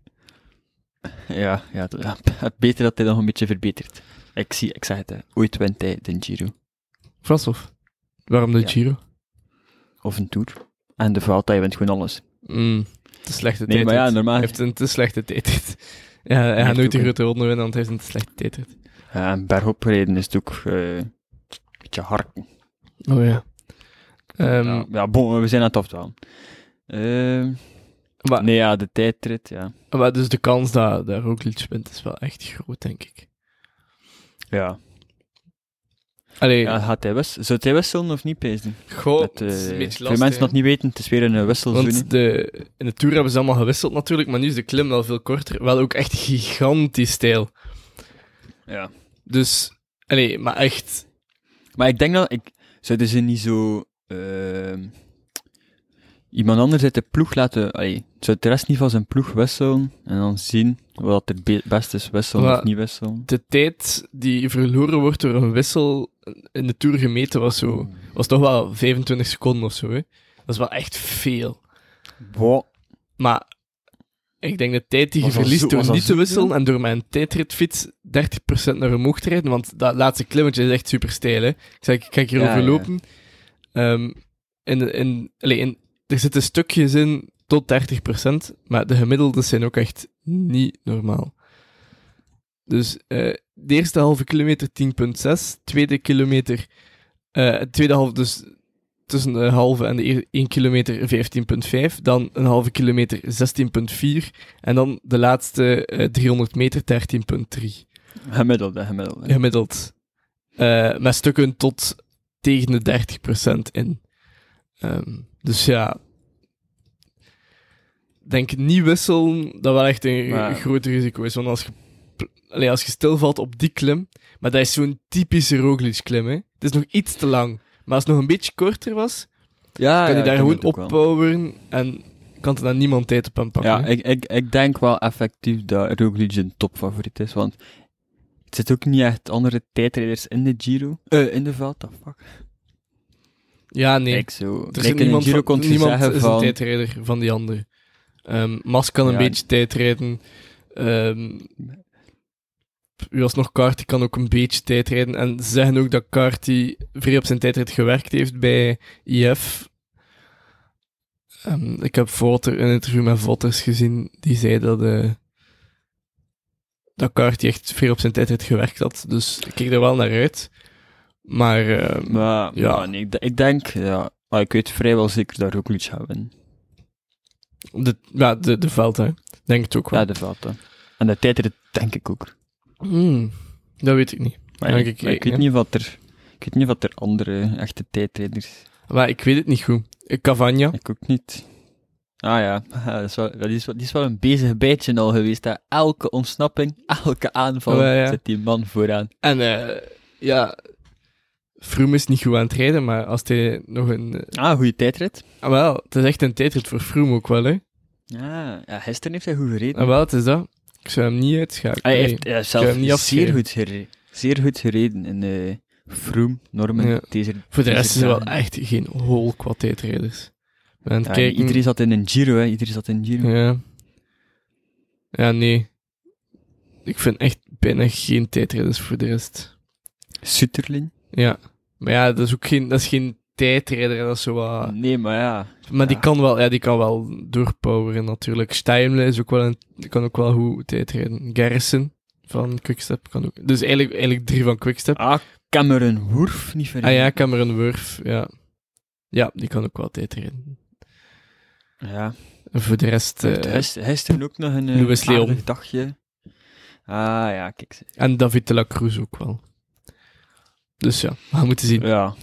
ja, ja, dat- ja, p- beter dat hij nog een beetje verbetert. Ik, zie, ik zeg het, hè, ooit wint hij de Giro.
Vlasov. Waarom de
Ja.
Giro?
Of een Tour. En de Vuelta, je wint gewoon alles.
Mm, te slechte
Nee,
tijd.
maar ja, normaal...
Hij heeft een te slechte tijd. Ja, hij gaat
heeft
nooit de
ook
grote ronde winnen, want hij is een te slechte tijd.
Ja, en bergop gereden is het ook eh, een beetje harken.
Oh ja. Ehm,
ja, ja, bon, we zijn aan het afdwalen. Ehm,
maar,
nee, ja, de tijdrit, ja.
maar dus de kans dat, dat Roglic wint is wel echt groot, denk ik.
Ja,
Allee,
ja gaat hij wisselen? Zou hij wisselen of niet, Peesden?
goh,
Dat, eh,
Oh, het is een beetje
Voor
lastig.
mensen dat
hè.
niet weten, het is weer een eh, wisselzone.
Want de, in de Tour hebben ze allemaal gewisseld natuurlijk, maar nu is de klim wel veel korter. Wel ook echt gigantisch stijl.
Ja.
Dus, allee, maar echt...
Maar ik denk dat... Ik, zouden ze niet zo... ehm, iemand anders uit de ploeg laten... Allee, zou de rest niet van zijn ploeg wisselen en dan zien wat het be- best is, wisselen
Maar-
of niet wisselen?
De tijd die verloren wordt door een wissel in de Tour gemeten was zo... was toch wel 25 seconden of zo. Hè? Dat is wel echt veel.
Wow.
Maar ik denk de tijd die je
Was dat
verliest
zo-
door
was dat
niet te
zo
wisselen
veel?
en door mijn tijdritfiets 30% naar omhoog te rijden, want dat laatste klimmetje is echt super stijl. Hè? Ik zei, ik ga hierover
Ja, ja.
lopen. Ehm, in, in, allee, in, er zitten stukjes in tot 30%, maar de gemiddeldes zijn ook echt niet normaal. Dus eh, de eerste halve kilometer 10,6, tweede kilometer, eh, tweede half dus tussen een halve en de 1 kilometer 15,5, dan een halve kilometer 16,4 en dan de laatste eh, 300 meter 13,3
Gemiddelde, gemiddelde.
gemiddeld. Eh, met stukken tot tegen de 30% in. Ehm, dus ja. Denk niet wisselen, dat wel echt een
Maar-
groot risico is. Want als je, pl- allee, als je stilvalt op die klim, maar dat is zo'n typische Roglic klim. Hè? Het is nog iets te lang. Maar als het nog een beetje korter was,
ja,
kan
Ah ja,
hij daar
ik
gewoon eh,
denk het ook wel.
oppoweren en kan er dan niemand tijd op hem pakken.
Ja,
hè.
ik, ik, ik denk wel effectief dat Roglic een topfavoriet is, want het zit ook niet echt andere tijdrijders in de Giro. Eh, in de Vuelta, fuck.
ja nee.
Kijk zo.
Er
Kijk,
is
in de
niemand,
Giro
van,
kon je
niemand
zeggen
is een
van...
tijdrijder van die andere. Ehm Mas kan een
Ja.
beetje tijdrijden. Ehm u was nog Carty kan ook een beetje tijdrijden. En ze zeggen ook dat Carty vrij op zijn tijdrit gewerkt heeft bij IF. Ehm, ik heb Votter, een interview met Votters gezien, die zei dat, eh dat Carty echt veel op zijn tijdrit gewerkt had. Dus ik keek er wel naar uit. Maar ehm,
Maar,
Ja.
maar nee, ik, d- ik denk, ja, ah, ik weet vrijwel zeker dat Roglic gaat winnen.
de, ja, de, de Velta, denk het ook wel.
Ja, de Vuelta. En de tijdrit denk ik ook.
Hmm, dat weet ik niet.
Maar
Denk
ik,
ik
maar ik
ook,
weet niet wat er... Ik weet niet wat er andere echte tijdrijders...
Maar ik weet het niet goed. Eh, Cavagna.
Ik ook niet. Ah ja, dat is wel, dat is, wel- die is wel een bezig bijtje al geweest. Hè. Elke ontsnapping, elke aanval
Ja, ja.
zit die man vooraan.
En eh, ja, Froome is niet goed aan het rijden, maar als hij nog een... eh,
Ah, goede tijdrit.
ah, wel, het is echt een tijdrit voor Froome ook wel, hè.
Ja, ja, gisteren heeft hij goed gereden.
Ah, wel, het is dat. Ik zou hem niet uitschakelen.
hij
Nee.
heeft hij heeft
zou
zelf
hem niet
zeer
afschrijven.
goed, gereden, zeer goed gereden in eh Froome, Norman,
Ja.
deze,
Voor de
deze
rest is er wel
dagen.
echt geen hol qua tijdrijders. Ik ben aan het
Ja,
kijken.
Iedereen zat in een Giro, hè. Iedereen zat in een Giro.
Ja. Ja, nee. Ik vind echt bijna geen tijdrijders voor de rest.
Sutterlin?
Ja. Maar ja, dat is ook geen, dat is geen tijdrijder. en Dat is zo wat-
Nee, maar ja.
Maar die,
Mm. Ja.
kan wel, ja, die kan wel doorpoweren natuurlijk. Steimle is ook wel een, die kan ook wel goed tijdrijden. Garrison van Quickstep kan ook. Dus eigenlijk, eigenlijk drie van Quickstep.
Ah, Cameron Wurf, niet
Ah
vergeten.
ja, Cameron Wurf, ja. Ja, die kan ook wel tijdrijden.
ja.
En voor de rest... eh,
Gisteren ook nog een eh,
Louis Leon.
aardig dagje. Ah ja, kijk.
en David de la Cruz ook wel. Dus ja, we gaan moeten zien.
Ja.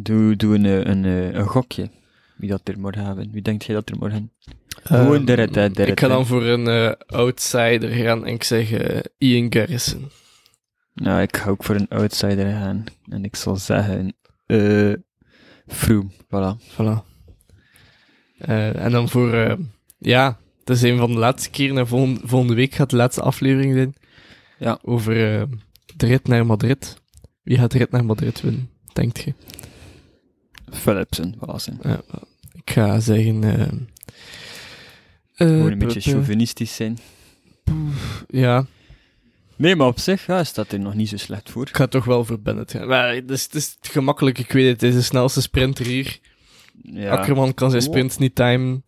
doe doe een, eh, een, eh, een gokje. Wie dat er morgen hebben. Wie denkt jij dat er morgen... Gewoon de rit, hè, de
Ik
rit,
ga
hè.
dan voor een eh, outsider gaan en ik zeg eh, Ian Garrison.
Nou, ik ga ook voor een outsider gaan. En ik zal zeggen... eh Froome, voilà.
Voilà. Eh, en dan voor... eh, ja, dat is een van de laatste keren. En volgende, volgende week gaat de laatste aflevering zijn.
Ja.
Over eh, de rit naar Madrid. Wie gaat de rit naar Madrid winnen, denkt je?
Philipsen, voilà. zijn.
Ja, ik ga zeggen... eh, eh,
Gewoon
p-
een beetje
p-
chauvinistisch zijn.
Ja,
Nee, maar op zich ja, staat er nog niet zo slecht voor.
ik ga toch wel voor Bennett gaan. Maar het is, het is het gemakkelijk, ik weet het. Het is de snelste sprinter hier.
Ja.
Akkerman kan zijn sprints niet timen.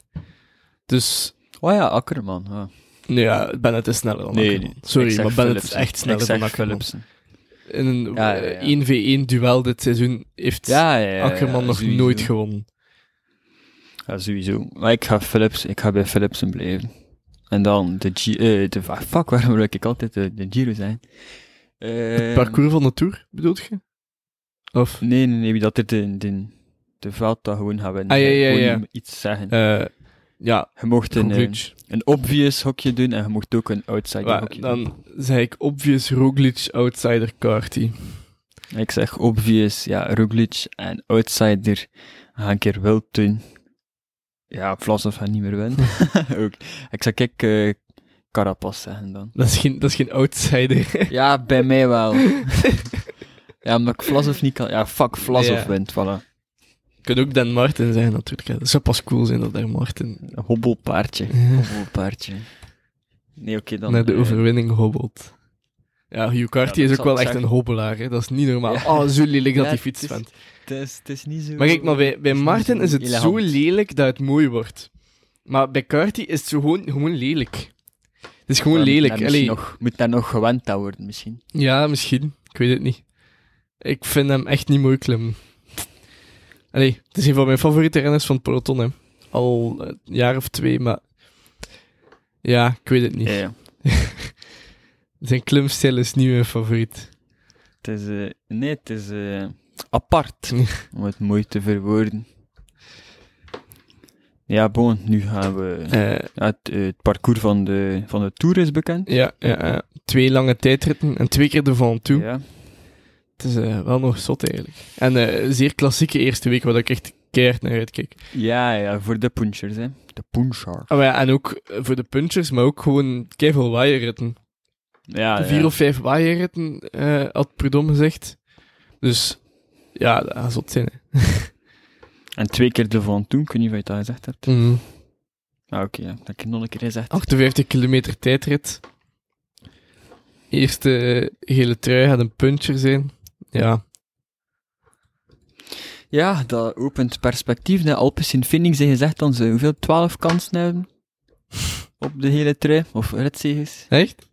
Dus...
Oh ja, Akkerman. Ja.
nou Ja, Bennett is sneller dan Akkerman. Sorry,
ik zeg
maar Bennett is
Philipsen.
echt sneller
ik zeg
dan Akkerman.
Philipsen.
in een
Ja, ja, ja.
eh, 1v1 duel dit seizoen heeft
Ja, ja, ja, ja,
Akkerman
ja,
nog
sowieso.
nooit gewonnen.
Ja, sowieso. Maar ik ga, Philips, ik ga bij Philipsen blijven. En dan de G... eh, de, ah, fuck, waarom wil ik altijd de, de Giro zijn?
Het
Ehm,
parcours van de Tour, bedoelt je? Of?
Nee, nee, nee. Wie dat er de, de, de Vuelta gewoon gaan winnen.
Ah, ja, ja,
Gewoon
ja.
niet iets zeggen.
eh, ja,
je mocht een, eh,
Roglic.
een obvious hokje doen en je mocht ook een outsider
Wa-
hokje doen.
dan zei ik obvious Roglic, outsider Carty.
Ik zeg obvious, ja, Roglic en outsider gaan een keer wild doen. Ja, Vlasov gaat niet meer winnen. ook. Ik zeg, kijk, eh Carapaz zeggen dan.
Dat is geen, dat is geen outsider.
Ja, bij mij wel. ja, omdat ik Vlasov niet kan... Ja, fuck, Vlasov
Ja.
wint, voilà.
Kan ook Dan Martin zijn natuurlijk. hè. Dat zou pas cool zijn dat daar Martin
Een Hobbelpaardje. Hobbelpaardje. Nee, oké, dan...
naar de
eh,
overwinning hobbelt. Ja, Hugh Carty
Ja,
is
dat
ook
zal
wel
ik
echt een
zeggen.
hobbelaar. Hè. Dat is niet normaal.
Ja.
Oh, zo lelijk dat
Ja,
die
het
fiets
is-
bent.
Het is, het is niet zo...
Maar kijk, maar bij, bij
is niet
Martin
zo
is het zo
elegant.
lelijk dat het mooi wordt. Maar bij Carty is het zo gewoon, gewoon lelijk. Het is gewoon
Dan moet
lelijk.
daar misschien
Allee,
nog, moet daar nog gewend aan worden, misschien.
Ja, misschien. Ik weet het niet. Ik vind hem echt niet mooi klimmen. Allee, het is een van mijn favoriete renners van het peloton, hè. Al eh, een jaar of twee, maar... Ja, ik weet het niet.
Ja, ja.
Zijn klimstijl is niet mijn favoriet.
Het is, eh, nee, het is eh, apart, om het mooi te verwoorden. Ja, bon, nu gaan we...
Eh,
ja, het, eh, het parcours van de, van de Tour is bekend.
ja, ja, ja. twee lange tijdritten en twee keer de van toe.
Ja.
Het is eh, wel nog zot, eigenlijk. En eh, een zeer klassieke eerste week, waar ik echt keihard naar uitkeek.
Ja, ja, voor de punchers, hè. De puncher.
Ah, maar ja, en ook eh, voor de punchers, maar ook gewoon keiveel waaierritten.
Ah, Ja,
vier
ja.
of vijf waaierritten, eh had Prudhomme gezegd. Dus ja, dat gaat zot zijn. Hè.
En twee keer de van toen, ik weet niet of je dat gezegd hebt.
Mhm.
Ah, oké, ja. dat heb ik nog een keer gezegd.
58 kilometer tijdrit. Eerste eh, gele trui gaat een puncher zijn. Ja,
Ja, dat opent perspectief. De Alpes in Phoenix zijn gezegd dat ze hoeveel? 12 kansen hebben op de hele trui, of ritzegers.
echt?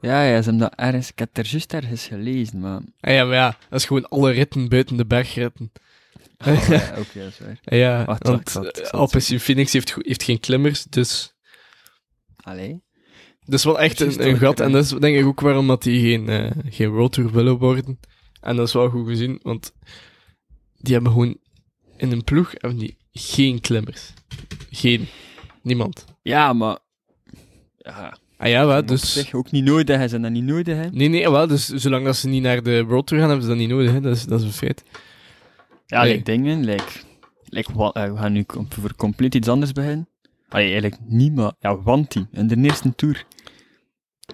Ja, ja, ze hebben dat ergens, ik heb het er juist ergens gelezen, maar...
Ah, ja, maar ja, dat is gewoon alle ritten buiten de bergritten.
Oh, ja, oké, dat is waar.
Ah, ja,
Wacht,
want
wacht,
eh,
wacht, ik zal het
Alpecin Phoenix heeft, go- heeft geen klimmers, dus...
Allee.
Dat is wel echt
Precies,
een, een
dat
gat.
ik-
En dat is denk ik ook waarom dat die geen, eh geen roadtour willen worden. En dat is wel goed gezien, want die hebben gewoon in een ploeg hebben die geen klimmers. Geen. Niemand.
Ja, maar... Ja,
Ah ja, wel,
op
dus...
zich ook niet nodig, hè. Ze hebben dat niet nodig, hè.
Nee, nee, wel, dus zolang dat ze niet naar de roadtour gaan, hebben ze dat niet nodig. Hè. Dat, is, dat is een feit.
Ja,
Nee.
like dingen, like... like wa- eh, we gaan nu com- voor compleet iets anders beginnen. Allee, eigenlijk niet, maar... Ja, Wanti, in de eerste tour.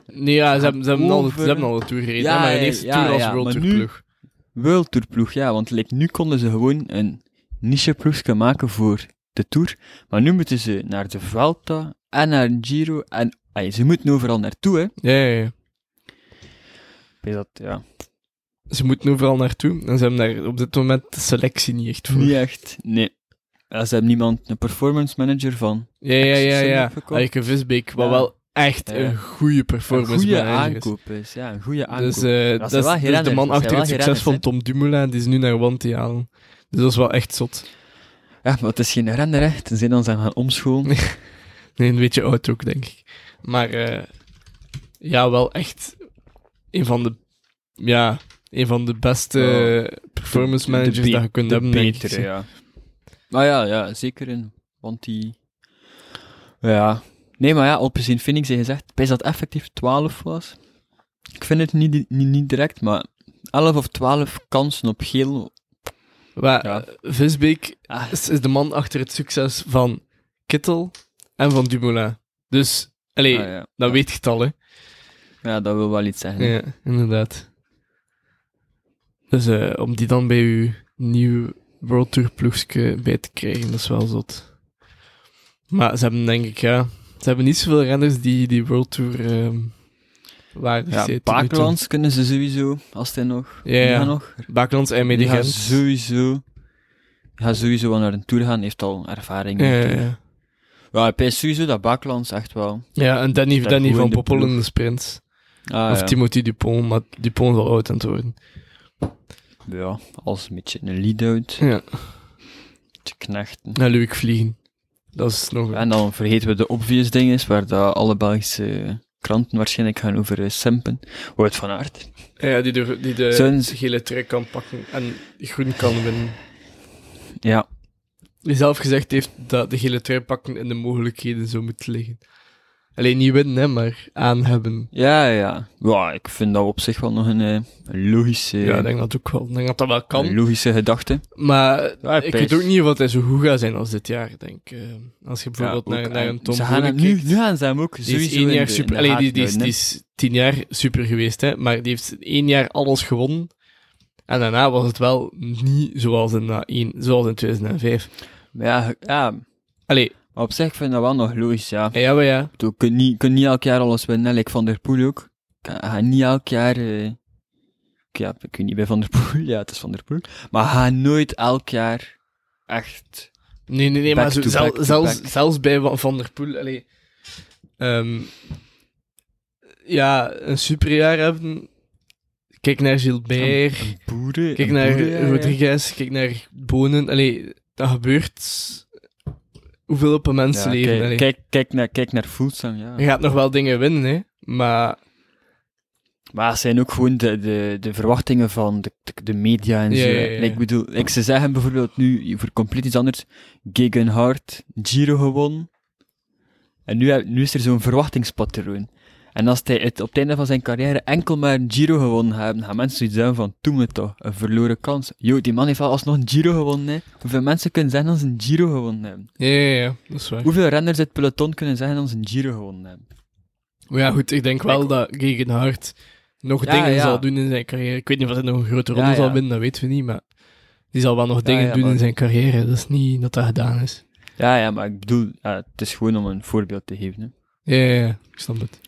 Nee, ja, ze hebben, ze hebben, al, de- ze
Over-
hebben al de tour gereden,
Ja,
hè, maar een
ja,
eerste
ja,
tour als
ja, maar
roadtour ploeg.
World Tour ploeg, ja, want like, nu konden ze gewoon een niche ploegje maken voor de Tour, maar nu moeten ze naar de Vuelta en naar Giro en ay, ze moeten overal naartoe, hè.
Ja, ja, ja.
Ik weet Dat, ja.
Ze moeten overal naartoe en ze hebben daar op dit moment de selectie niet echt voor.
Niet echt, nee. Ja, ze hebben niemand een performance manager van.
Ja, ja, ja,
Axelsen
ja.
verkocht.
Eike Visbeek, wat
Ja.
wel echt
Ja.
een goede
Een
performance
goede
manager is.
aankoop is, ja, een goede aankoop.
Dus eh,
Dat
dat,
zijn
is,
wel
dat is de
renners,
man
dat zijn
achter het
wel
succes van Tom
renners,
Dumoulin, die is nu naar Wanty halen. Dus dat is wel echt zot.
Ja, maar het is geen renner, hè. Tenzij dan ze gaan omscholen.
Nee, een beetje oud ook, denk ik. Maar eh, ja, wel echt een van de, ja, een van de beste
Ja.
performance
De- de
managers
be-
dat je kunt
de
hebben, denk ik.
betere, ja. Maar ja, ja, zeker in. Want die... Ja. Nee, maar ja, op in Phoenix heeft gezegd, bij dat effectief 12 was. Ik vind het niet, niet, niet direct, maar 11 of 12 kansen op geel.
Maar,
Ja.
eh, Visbeek
Ah,
is, is de man achter het succes van Kittel en van Dumoulin. Dus, allee,
ah, ja.
dat weet je het al, hè.
ja, dat wil wel iets zeggen.
Ja, inderdaad. Dus eh, om die dan bij uw nieuw World Tour ploegje bij te krijgen, dat is wel zot. Maar ze hebben denk ik, ja... Ze hebben niet zoveel renners die die World Tour ehm waardig
Ja,
zijn. tot nu toe.
Paaklands kunnen ze sowieso, als hij nog.
Ja, ja.
Die gaan nog.
Bakelands en
Die gaan
Medigent.
sowieso... die gaan sowieso wel naar een tour gaan, heeft al ervaring.
Ja,
in de
ja,
Tour.
ja.
Ja, ik pijs sowieso dat Baaklands echt wel.
ja, en Danny,
Daar
Danny
goed
van
in de
Poppel
ploeg.
in de sprint.
Ah,
of
ja.
Timothy Dupont, maar Dupont is al oud aan het worden.
Ja, als een beetje een lead-out.
Ja.
Een beetje knechten.
Naar Luik Vliegen. Dat is nog...
En dan vergeten we de obvious ding is, waar dat alle Belgische kranten waarschijnlijk gaan over eh, simpen. Wout van Aert.
Ja, die de, die de
Zijn ze-
gele trui kan pakken en groen kan winnen.
Ja,
die zelf gezegd heeft dat de gele trui pakken in de mogelijkheden zou moeten liggen. Alleen niet winnen, hè, maar aanhebben.
ja, ja. Ja, ik vind dat op zich wel nog een, eh, een logische,
Ja, ik denk dat ook wel. Ik denk dat dat wel
een
kan.
logische gedachte.
Maar
Ja,
ik
pijs.
weet ook niet wat hij zo goed gaat zijn als dit jaar, denk ik. Eh, Als je bijvoorbeeld
Ja, ook,
naar, naar
en
een Tom
ze gaan hem
Bonen
nu,
kijkt,
nu gaan ze hem ook
die is
sowieso
één
in
jaar
de-
super...
in de
Allee, die, die, is,
haat
die
houden,
is tien jaar super geweest, hè. Maar die heeft één jaar alles gewonnen. En daarna was het wel niet zoals in, dat één, zoals in 2005.
hè. Maar Ja, ja,
Allee,
maar op zich vind ik dat wel nog logisch, ja.
ja, maar ja.
Je kunt niet, kunt niet elk jaar alles winnen, hè. like Van der Poel ook. Ka- Ga niet elk jaar... eh, ik- Ja, ik weet niet, bij Van der Poel, ja, het is Van der Poel. Maar ga nooit elk jaar echt...
Nee, nee, nee,
Back
maar zo,
to
zel-
back to
zelfs,
back.
zelfs bij Van Van der Poel, allee, ehm, ja, een superjaar hebben Kijk naar Gilbert.
Een boeren.
Kijk
een
naar
boeren-
Rodriguez, kijk naar Bonen. Allee, dat gebeurt hoeveel op een
Ja,
mensenleven.
kijk,
allee.
kijk, kijk naar, kijk naar Fulsang, ja.
Je gaat nog wel dingen winnen, hè. Maar
Maar het zijn ook gewoon de, de, de verwachtingen van de, de, de media en
Ja,
zo.
ja, ja.
Like, Ik bedoel, ik ze zeggen bijvoorbeeld nu, voor compleet iets anders, Gegenhard, Giro gewonnen. En nu, heb- nu is er zo'n verwachtingspatroon. En als hij het op het einde van zijn carrière enkel maar een Giro gewonnen hebben, gaan mensen zoiets zeggen van, toen me toch, een verloren kans. Yo, die man heeft wel alsnog een Giro gewonnen, hè. Hoeveel mensen kunnen zeggen dat ze een Giro gewonnen hebben?
ja, ja, ja, dat is waar.
Hoeveel renners uit het peloton kunnen zeggen dat ze een Giro gewonnen hebben?
Maar ja, goed, ik denk wel dat Gegenhard nog
Ja,
dingen
ja.
zal doen in zijn carrière. Ik weet niet of hij nog een grote
Ja,
ronde zal
ja.
winnen, dat weten we niet. Maar die zal wel nog dingen
ja,
doen
maar-
in zijn carrière. Dat is niet dat dat gedaan is.
Ja, ja, maar ik bedoel, eh, het is gewoon om een voorbeeld te geven, hè.
Ja, ja, ja, ik snap het.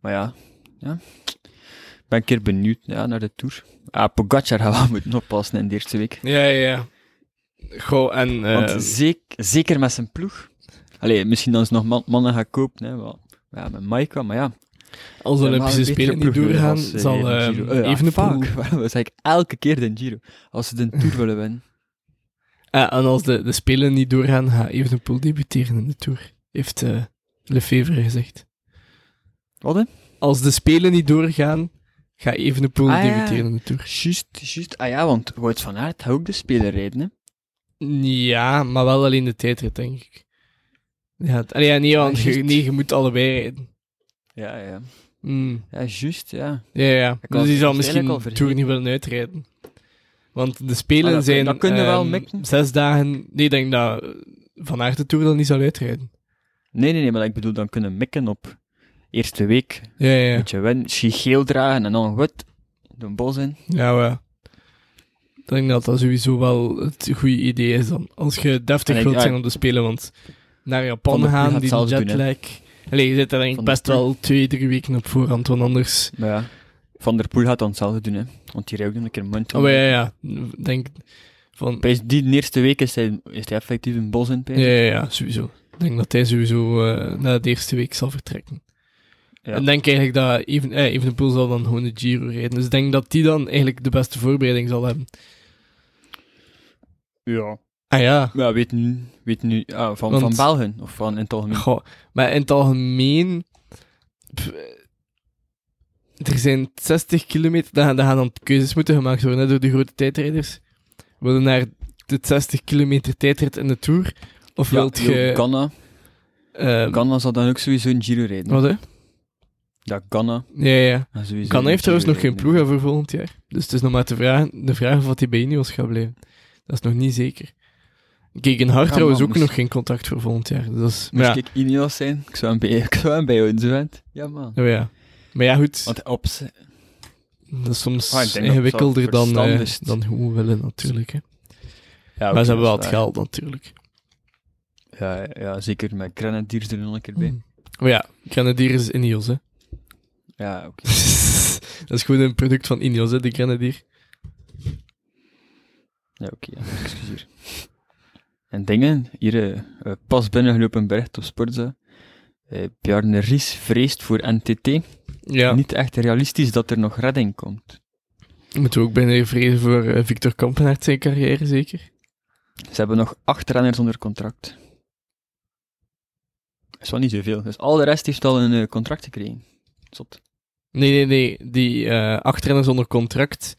Maar ja, ja. Ik ben een keer benieuwd ja, naar de Tour. Ah, Pogacar gaat wel moeten oppassen in de eerste week.
Ja, ja, ja. Goh, en...
Want
eh,
zeek- zeker met zijn ploeg. Allee, misschien dan ze nog man- mannen gaan kopen, hè. wel. ja, met Maika, maar ja.
als de
Normaal
Olympische
een betere
Spelen niet
ploeg
doorgaan,
als, eh,
zal ehm,
de
even
Giro. Eh, ja,
Evenepoel...
fuck, Waarom zeg ik elke keer de Giro? Als ze de Tour willen winnen.
Ah, en als de, de spelen niet doorgaan, gaat Evenepoel debuteren in de Tour. Heeft eh Lefevre gezegd.
Wat, hè?
Als de spelen niet doorgaan, gaat Evenepoel
Ah, ja.
debuteren in de Tour.
Juist, juist. Ah ja, want Wout van Aert gaat ook de speler rijden, hè.
Ja, maar wel alleen de tijdrit, denk ik. Ja, het- allee, ja, nee, want
Ah,
je,
juist.
nee, je moet allebei rijden.
Ja, ja.
Mm.
Ja, juist, ja.
Ja, ja.
had
Dus die
het
zal
eigenlijk
misschien
al
de
vergeten.
Tour niet willen uitrijden. Want de Spelen
Ah, dat kun-
zijn
dat kunnen we wel
ehm,
mikken.
zes dagen... Nee, ik denk dat eh, Van Aert de Tour dan niet zal uitrijden.
Nee, nee, nee, maar ik bedoel, dan kunnen mikken op eerste week
Ja, ja, ja.
Moet je win, zie geel dragen en dan wit. Doe een bos in.
Ja, wel. Ik denk dat dat sowieso wel het goede idee is dan. Als je deftig
En ik-
wilt
ja,
zijn om te spelen, want naar
Van
Japan
der Poel
gaan, die
gaat hetzelfde doen, hè.
jetlag... Allee, je zit er denk ik
Van der
best
Poel.
wel twee, drie weken op voorhand, want anders...
Maar ja, Van der Poel gaat dan hetzelfde doen, hè. Want die rijdt ook nog een keer munten.
Oh, maar ja, ja. Ik Denk van...
Bij die eerste week is hij, is hij effectief een bos in,
Ja,
Pijs.
ja, ja, sowieso. Ik denk dat hij sowieso eh, na de eerste week zal vertrekken.
Ja.
En denk eigenlijk dat even, eh, Evenepoel zal dan gewoon de Giro rijden. Dus ik denk dat die dan eigenlijk de beste voorbereiding zal hebben.
Ja.
Ah ja,
Maar ja, weet nu, weet nu ah, van,
Want-
van Belgen of van in het algemeen.
Goh, maar in het algemeen. pff, er zijn 60 kilometer. Daar, gaan- daar gaan dan keuzes moeten gemaakt worden hè, door de grote tijdrijders. Wil je naar de 60 kilometer tijdrit in de tour? Of
Ja,
wilt je.
joh, Ghana.
ehm,
Ghana zal dan ook sowieso een Giro rijden.
wat hè?
Ja, Ghana.
Ja, ja, ja.
gaat sowieso
Kan
een
heeft trouwens nog
Giro
geen
rijden.
ploeg hè, voor volgend jaar. Dus het is nog maar te vragen, de vraag of wat hij bij Ineos gaat blijven. Dat is nog niet zeker. Gegen Hart
Ja,
trouwens
man, dus-
ook
moest-
nog geen contact voor volgend jaar. Dus dat is, maar,
Moest
ja,
ik Ineos zijn, ik zou hem bij, ik zou hem bij ons vent. Ja, man.
maar Oh ja. Maar ja, goed.
Want op, z-
Dat is soms
Ah, ik denk dat het
ingewikkelder
wel
dan, eh,
verstandig is.
dan hoe we willen, natuurlijk. Hè.
ja,
maar
oké,
ze hebben wel
dat
het
is
geld, natuurlijk.
waar. Ja, ja, zeker met Grenadiers er nog een keer bij.
Mm. Maar ja, Grenadier is Ineos, hè.
Ja, oké.
dat is gewoon een product van Ineos, hè, de Grenadier.
Ja, oké, ja, excuseer. En dingen, hier eh, eh, pas binnengelopen bericht op Sportza. Eh Bjarne Ries vreest voor NTT.
Ja,
Niet echt realistisch dat er nog redding komt.
moeten we ook bijna vrezen voor eh, Victor Kampenaert zijn carrière, zeker?
Ze hebben nog acht renners onder contract. is wel niet zoveel. Dus al de rest heeft al een eh, contract gekregen. Zot.
Nee, nee, nee. Die eh, acht renners onder contract,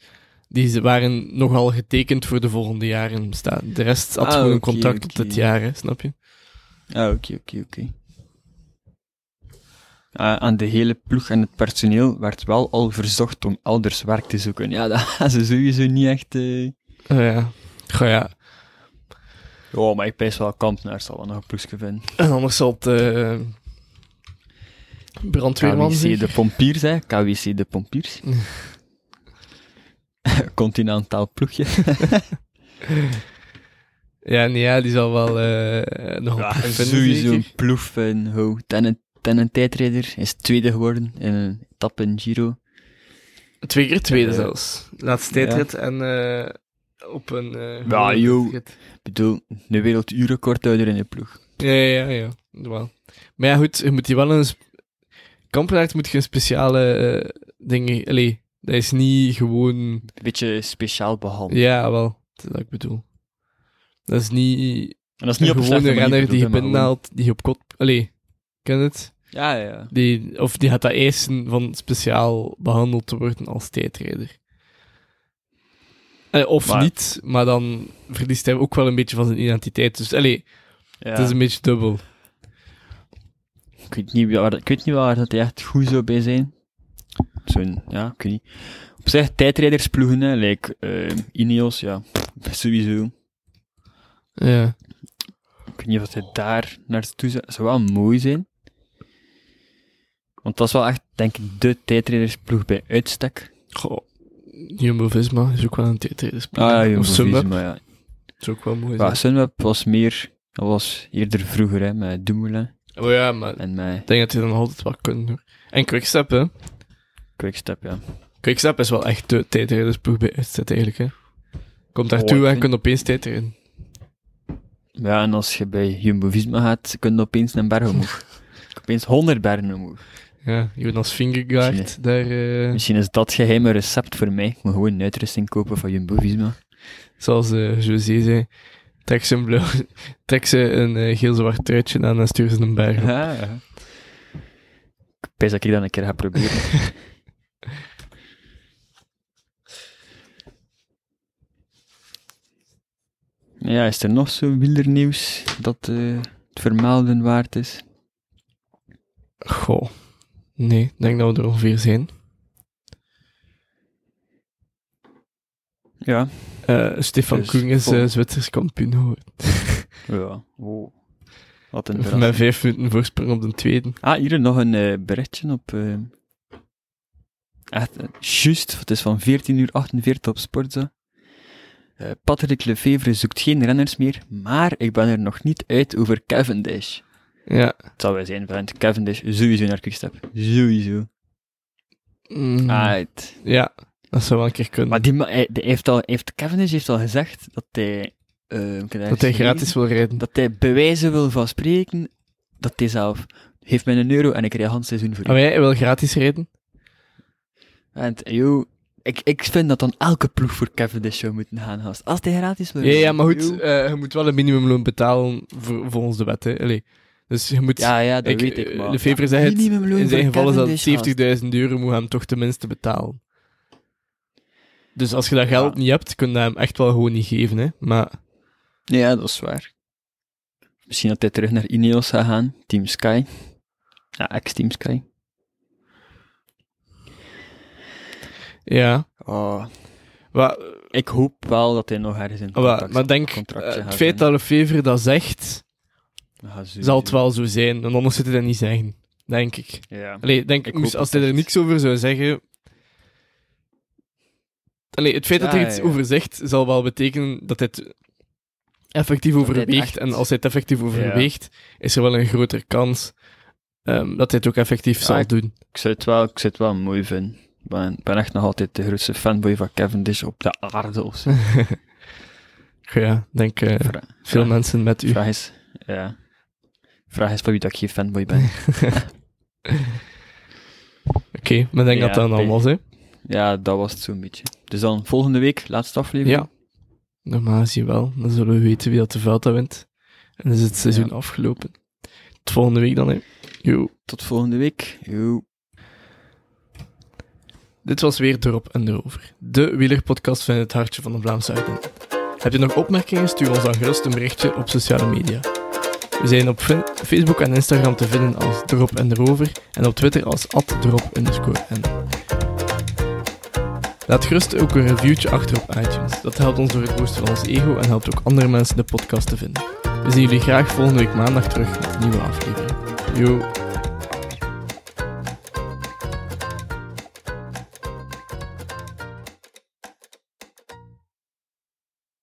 die ze- waren nogal getekend voor de volgende jaren. Sta- De rest had
Ah,
gewoon een
oké,
contract
oké.
tot dit jaar, hè, snap je?
Ah, oké, oké, oké. Ah, aan de hele ploeg en het personeel werd wel al verzocht om elders werk te zoeken. Ja, dat gaan ze sowieso niet echt... eh,
Oh ja. Goh, ja.
Ja, maar ik pijs wel Kampenaar zal wel nog een ploegje vinden.
En anders zal het... eh, brandweerman
KWC
zijn.
de pompiers, hè. KWC de pompiers. Continentaal ploegje.
Ja, nee, ja, die zal wel eh nog
Ja,
een ploeg vinden,
sowieso
zeker.
een ploeg vinden. Ho. Ten, een- ten een tijdrijder is tweede geworden in een etappe in Giro.
Twee keer tweede
Eh,
zelfs. Laatste
ja.
tijdrit en eh, op een... eh,
Ja,
gewone
joh.
tijdrit.
Ik bedoel, de werelduurrecordhouder in de ploeg.
Ja, ja, ja. ja. Wel. Maar ja, goed, je moet die wel een... sp- Kampenaert moet geen speciale eh, dingen... Allee, Dat is niet gewoon...
Een beetje speciaal behandeld.
Ja, wel. Dat is wat ik bedoel. Dat is niet
En dat is
een
niet op een
gewone
slechte manier
renner die je
bedoeld, hè, maar
binnenhaalt, die je op kot... Allee, ken het?
gewoon- Ja, ja, ja.
Die, of die gaat dat eisen van speciaal behandeld te worden als tijdrijder. Eh, of
Maar-
niet, maar dan verliest hij ook wel een beetje van zijn identiteit. Dus allee,
Ja.
het is een beetje dubbel.
ik, weet niet waar, ik weet niet waar dat hij echt goed zou bij zijn. Zo'n, ja, ik weet niet. Op zich, tijdrijdersploegen, hè, like eh, Ineos, ja, pff, sowieso.
Ja.
Ik weet niet of hij daar naartoe zou... zou wel mooi zijn. Want dat is wel echt, denk ik, de tijdrijdersploeg bij uitstek.
Goh. Jumbo-Visma is ook wel een tijdrijdersproef. of Ah, Sunweb,
maar ja.
is ook wel mooi.
Ah, ja.
zijn.
Sunweb was meer... Dat was eerder vroeger, hè, met Dumoulin
Oh ja, maar
en met
Ik denk dat hij dan nog altijd wel kunnen doen. En Quickstep, hè.
Quickstep, ja.
Quickstep is wel echt de tijdrijdersploeg bij uitzet, eigenlijk, hè. Komt
Oh,
daartoe
ik
en
vind-
kunt opeens tijdrijden.
Maar ja, en als je bij Jumbo-Visma gaat, kun je opeens een berg omhoog. opeens 100 bergen omhoog.
Ja, Jonas Fingergaard,
Misschien-
daar... eh,
Misschien is dat geheime recept voor mij. Ik moet gewoon een uitrusting kopen van Jumbo-Visma.
zoals eh, José zei, trek ze een, blauw, trek ze een eh, geel-zwart truitje aan en stuur ze een berg op.
Ja. Ik pijs dat ik dat een keer ga proberen. ja, is er nog zo'n wielernieuws dat eh, het vermelden waard is?
Goh. Nee, ik denk dat we er ongeveer zijn.
Ja.
Eh, Stefan
Dus
Koen is
vol-
eh, Zwitsers kampioen geworden.
Ja. Wow. Wat een
Met
verrassing.
vijf minuten voorsprong op de tweede.
Ah, hier nog een eh, berichtje op... eh, echt, eh, juist, het is van 14.48 uur op Sportza. Eh, Patrick Lefevre zoekt geen renners meer, maar ik ben er nog niet uit over Cavendish.
Ja.
Het zal wel zijn, vriend. Cavendish, sowieso naar Quickstep. Sowieso.
Mm,
Right.
Ja, dat zou wel een keer kunnen.
Ah, Maar die, ma- hij, die heeft al, heeft, Cavendish heeft al gezegd dat hij... eh, ik heb
dat hij
ergens
gratis wil rijden.
dat hij bewijzen wil van spreken dat hij zelf... Geef mij een euro en ik krijg een seizoen voor u.
Ah, Maar hij wil gratis rijden.
En t- yo, ik, ik vind dat dan elke ploeg voor Cavendish zou moeten gaan, gast. Als hij gratis wil.
Ja, ja maar goed,
yo.
eh, je moet wel een minimumloon betalen voor, volgens de wet. Hè. Allee. Dus je moet...
ja, ja, dat
ik- eh,
weet ik, maar...
Lefevre zei het,
minimumloon
In zijn
voor
geval is
Cavendish, gast.
dat 70.000 euro, moet je hem toch tenminste betalen. Dus als je dat
Ja.
geld niet hebt, kun je hem echt wel gewoon niet geven, hè. Maar
Ja, dat is waar. Misschien dat hij terug naar Ineos gaat gaan. Team Sky. Ja, ex-Team Sky.
ja,
Oh,
Wa-
ik hoop wel dat hij nog ergens in
wa-
contact
Oh, maar denk,
contractje
eh,
gaat
het feit dat Lefevre dat zegt,
zijn. Ja, sowieso.
zal het wel zo zijn. En anders zit hij dat niet zeggen, denk ik.
Ja.
Allee, denk,
Ik
moest-
hoop
als
het
hij er
echt.
niks over zou zeggen... Allee, het feit dat
Ja,
hij iets
ja, ja.
over zegt, zal wel betekenen dat hij het effectief
hij het
overweegt.
echt-
En als hij het effectief overweegt, is er wel een grotere kans ehm, dat hij het ook effectief
Ja,
zal
ik-
doen.
Ik, zou het wel, ik zou het wel mooi vinden. Ik ben, ik ben echt nog altijd de grootste fanboy van Cavendish op de aarde of zo.
Goh, ja, ik denk eh,
Vra-
veel
vraag-
mensen met u.
Vraag is... Ja. Vraag is van wie dat ik geen fanboy ben.
Oké, maar ik denk dat dat
Ja,
dan
oké.
was, hè?
Ja, dat was het zo'n beetje. Dus dan volgende week, laatste aflevering.
Ja. Normaal gezien wel. Dan zullen we weten wie dat de Vuelta wint. En dan is het seizoen
Ja.
afgelopen. Tot volgende week dan, hè. Yo.
Tot volgende week. Yo.
Dit was weer Erop en Erover. De wielerpodcast van het hartje van de Vlaamse Ardennen. Heb je nog opmerkingen? Stuur ons dan gerust een berichtje op sociale media. We zijn op fin- Facebook en Instagram te vinden als Erop en Erover en op Twitter als @erop_en. Laat gerust ook een reviewtje achter op iTunes. Dat helpt ons door het boosten van ons ego en helpt ook andere mensen de podcast te vinden. We zien jullie graag volgende week maandag terug met een nieuwe aflevering. Yo!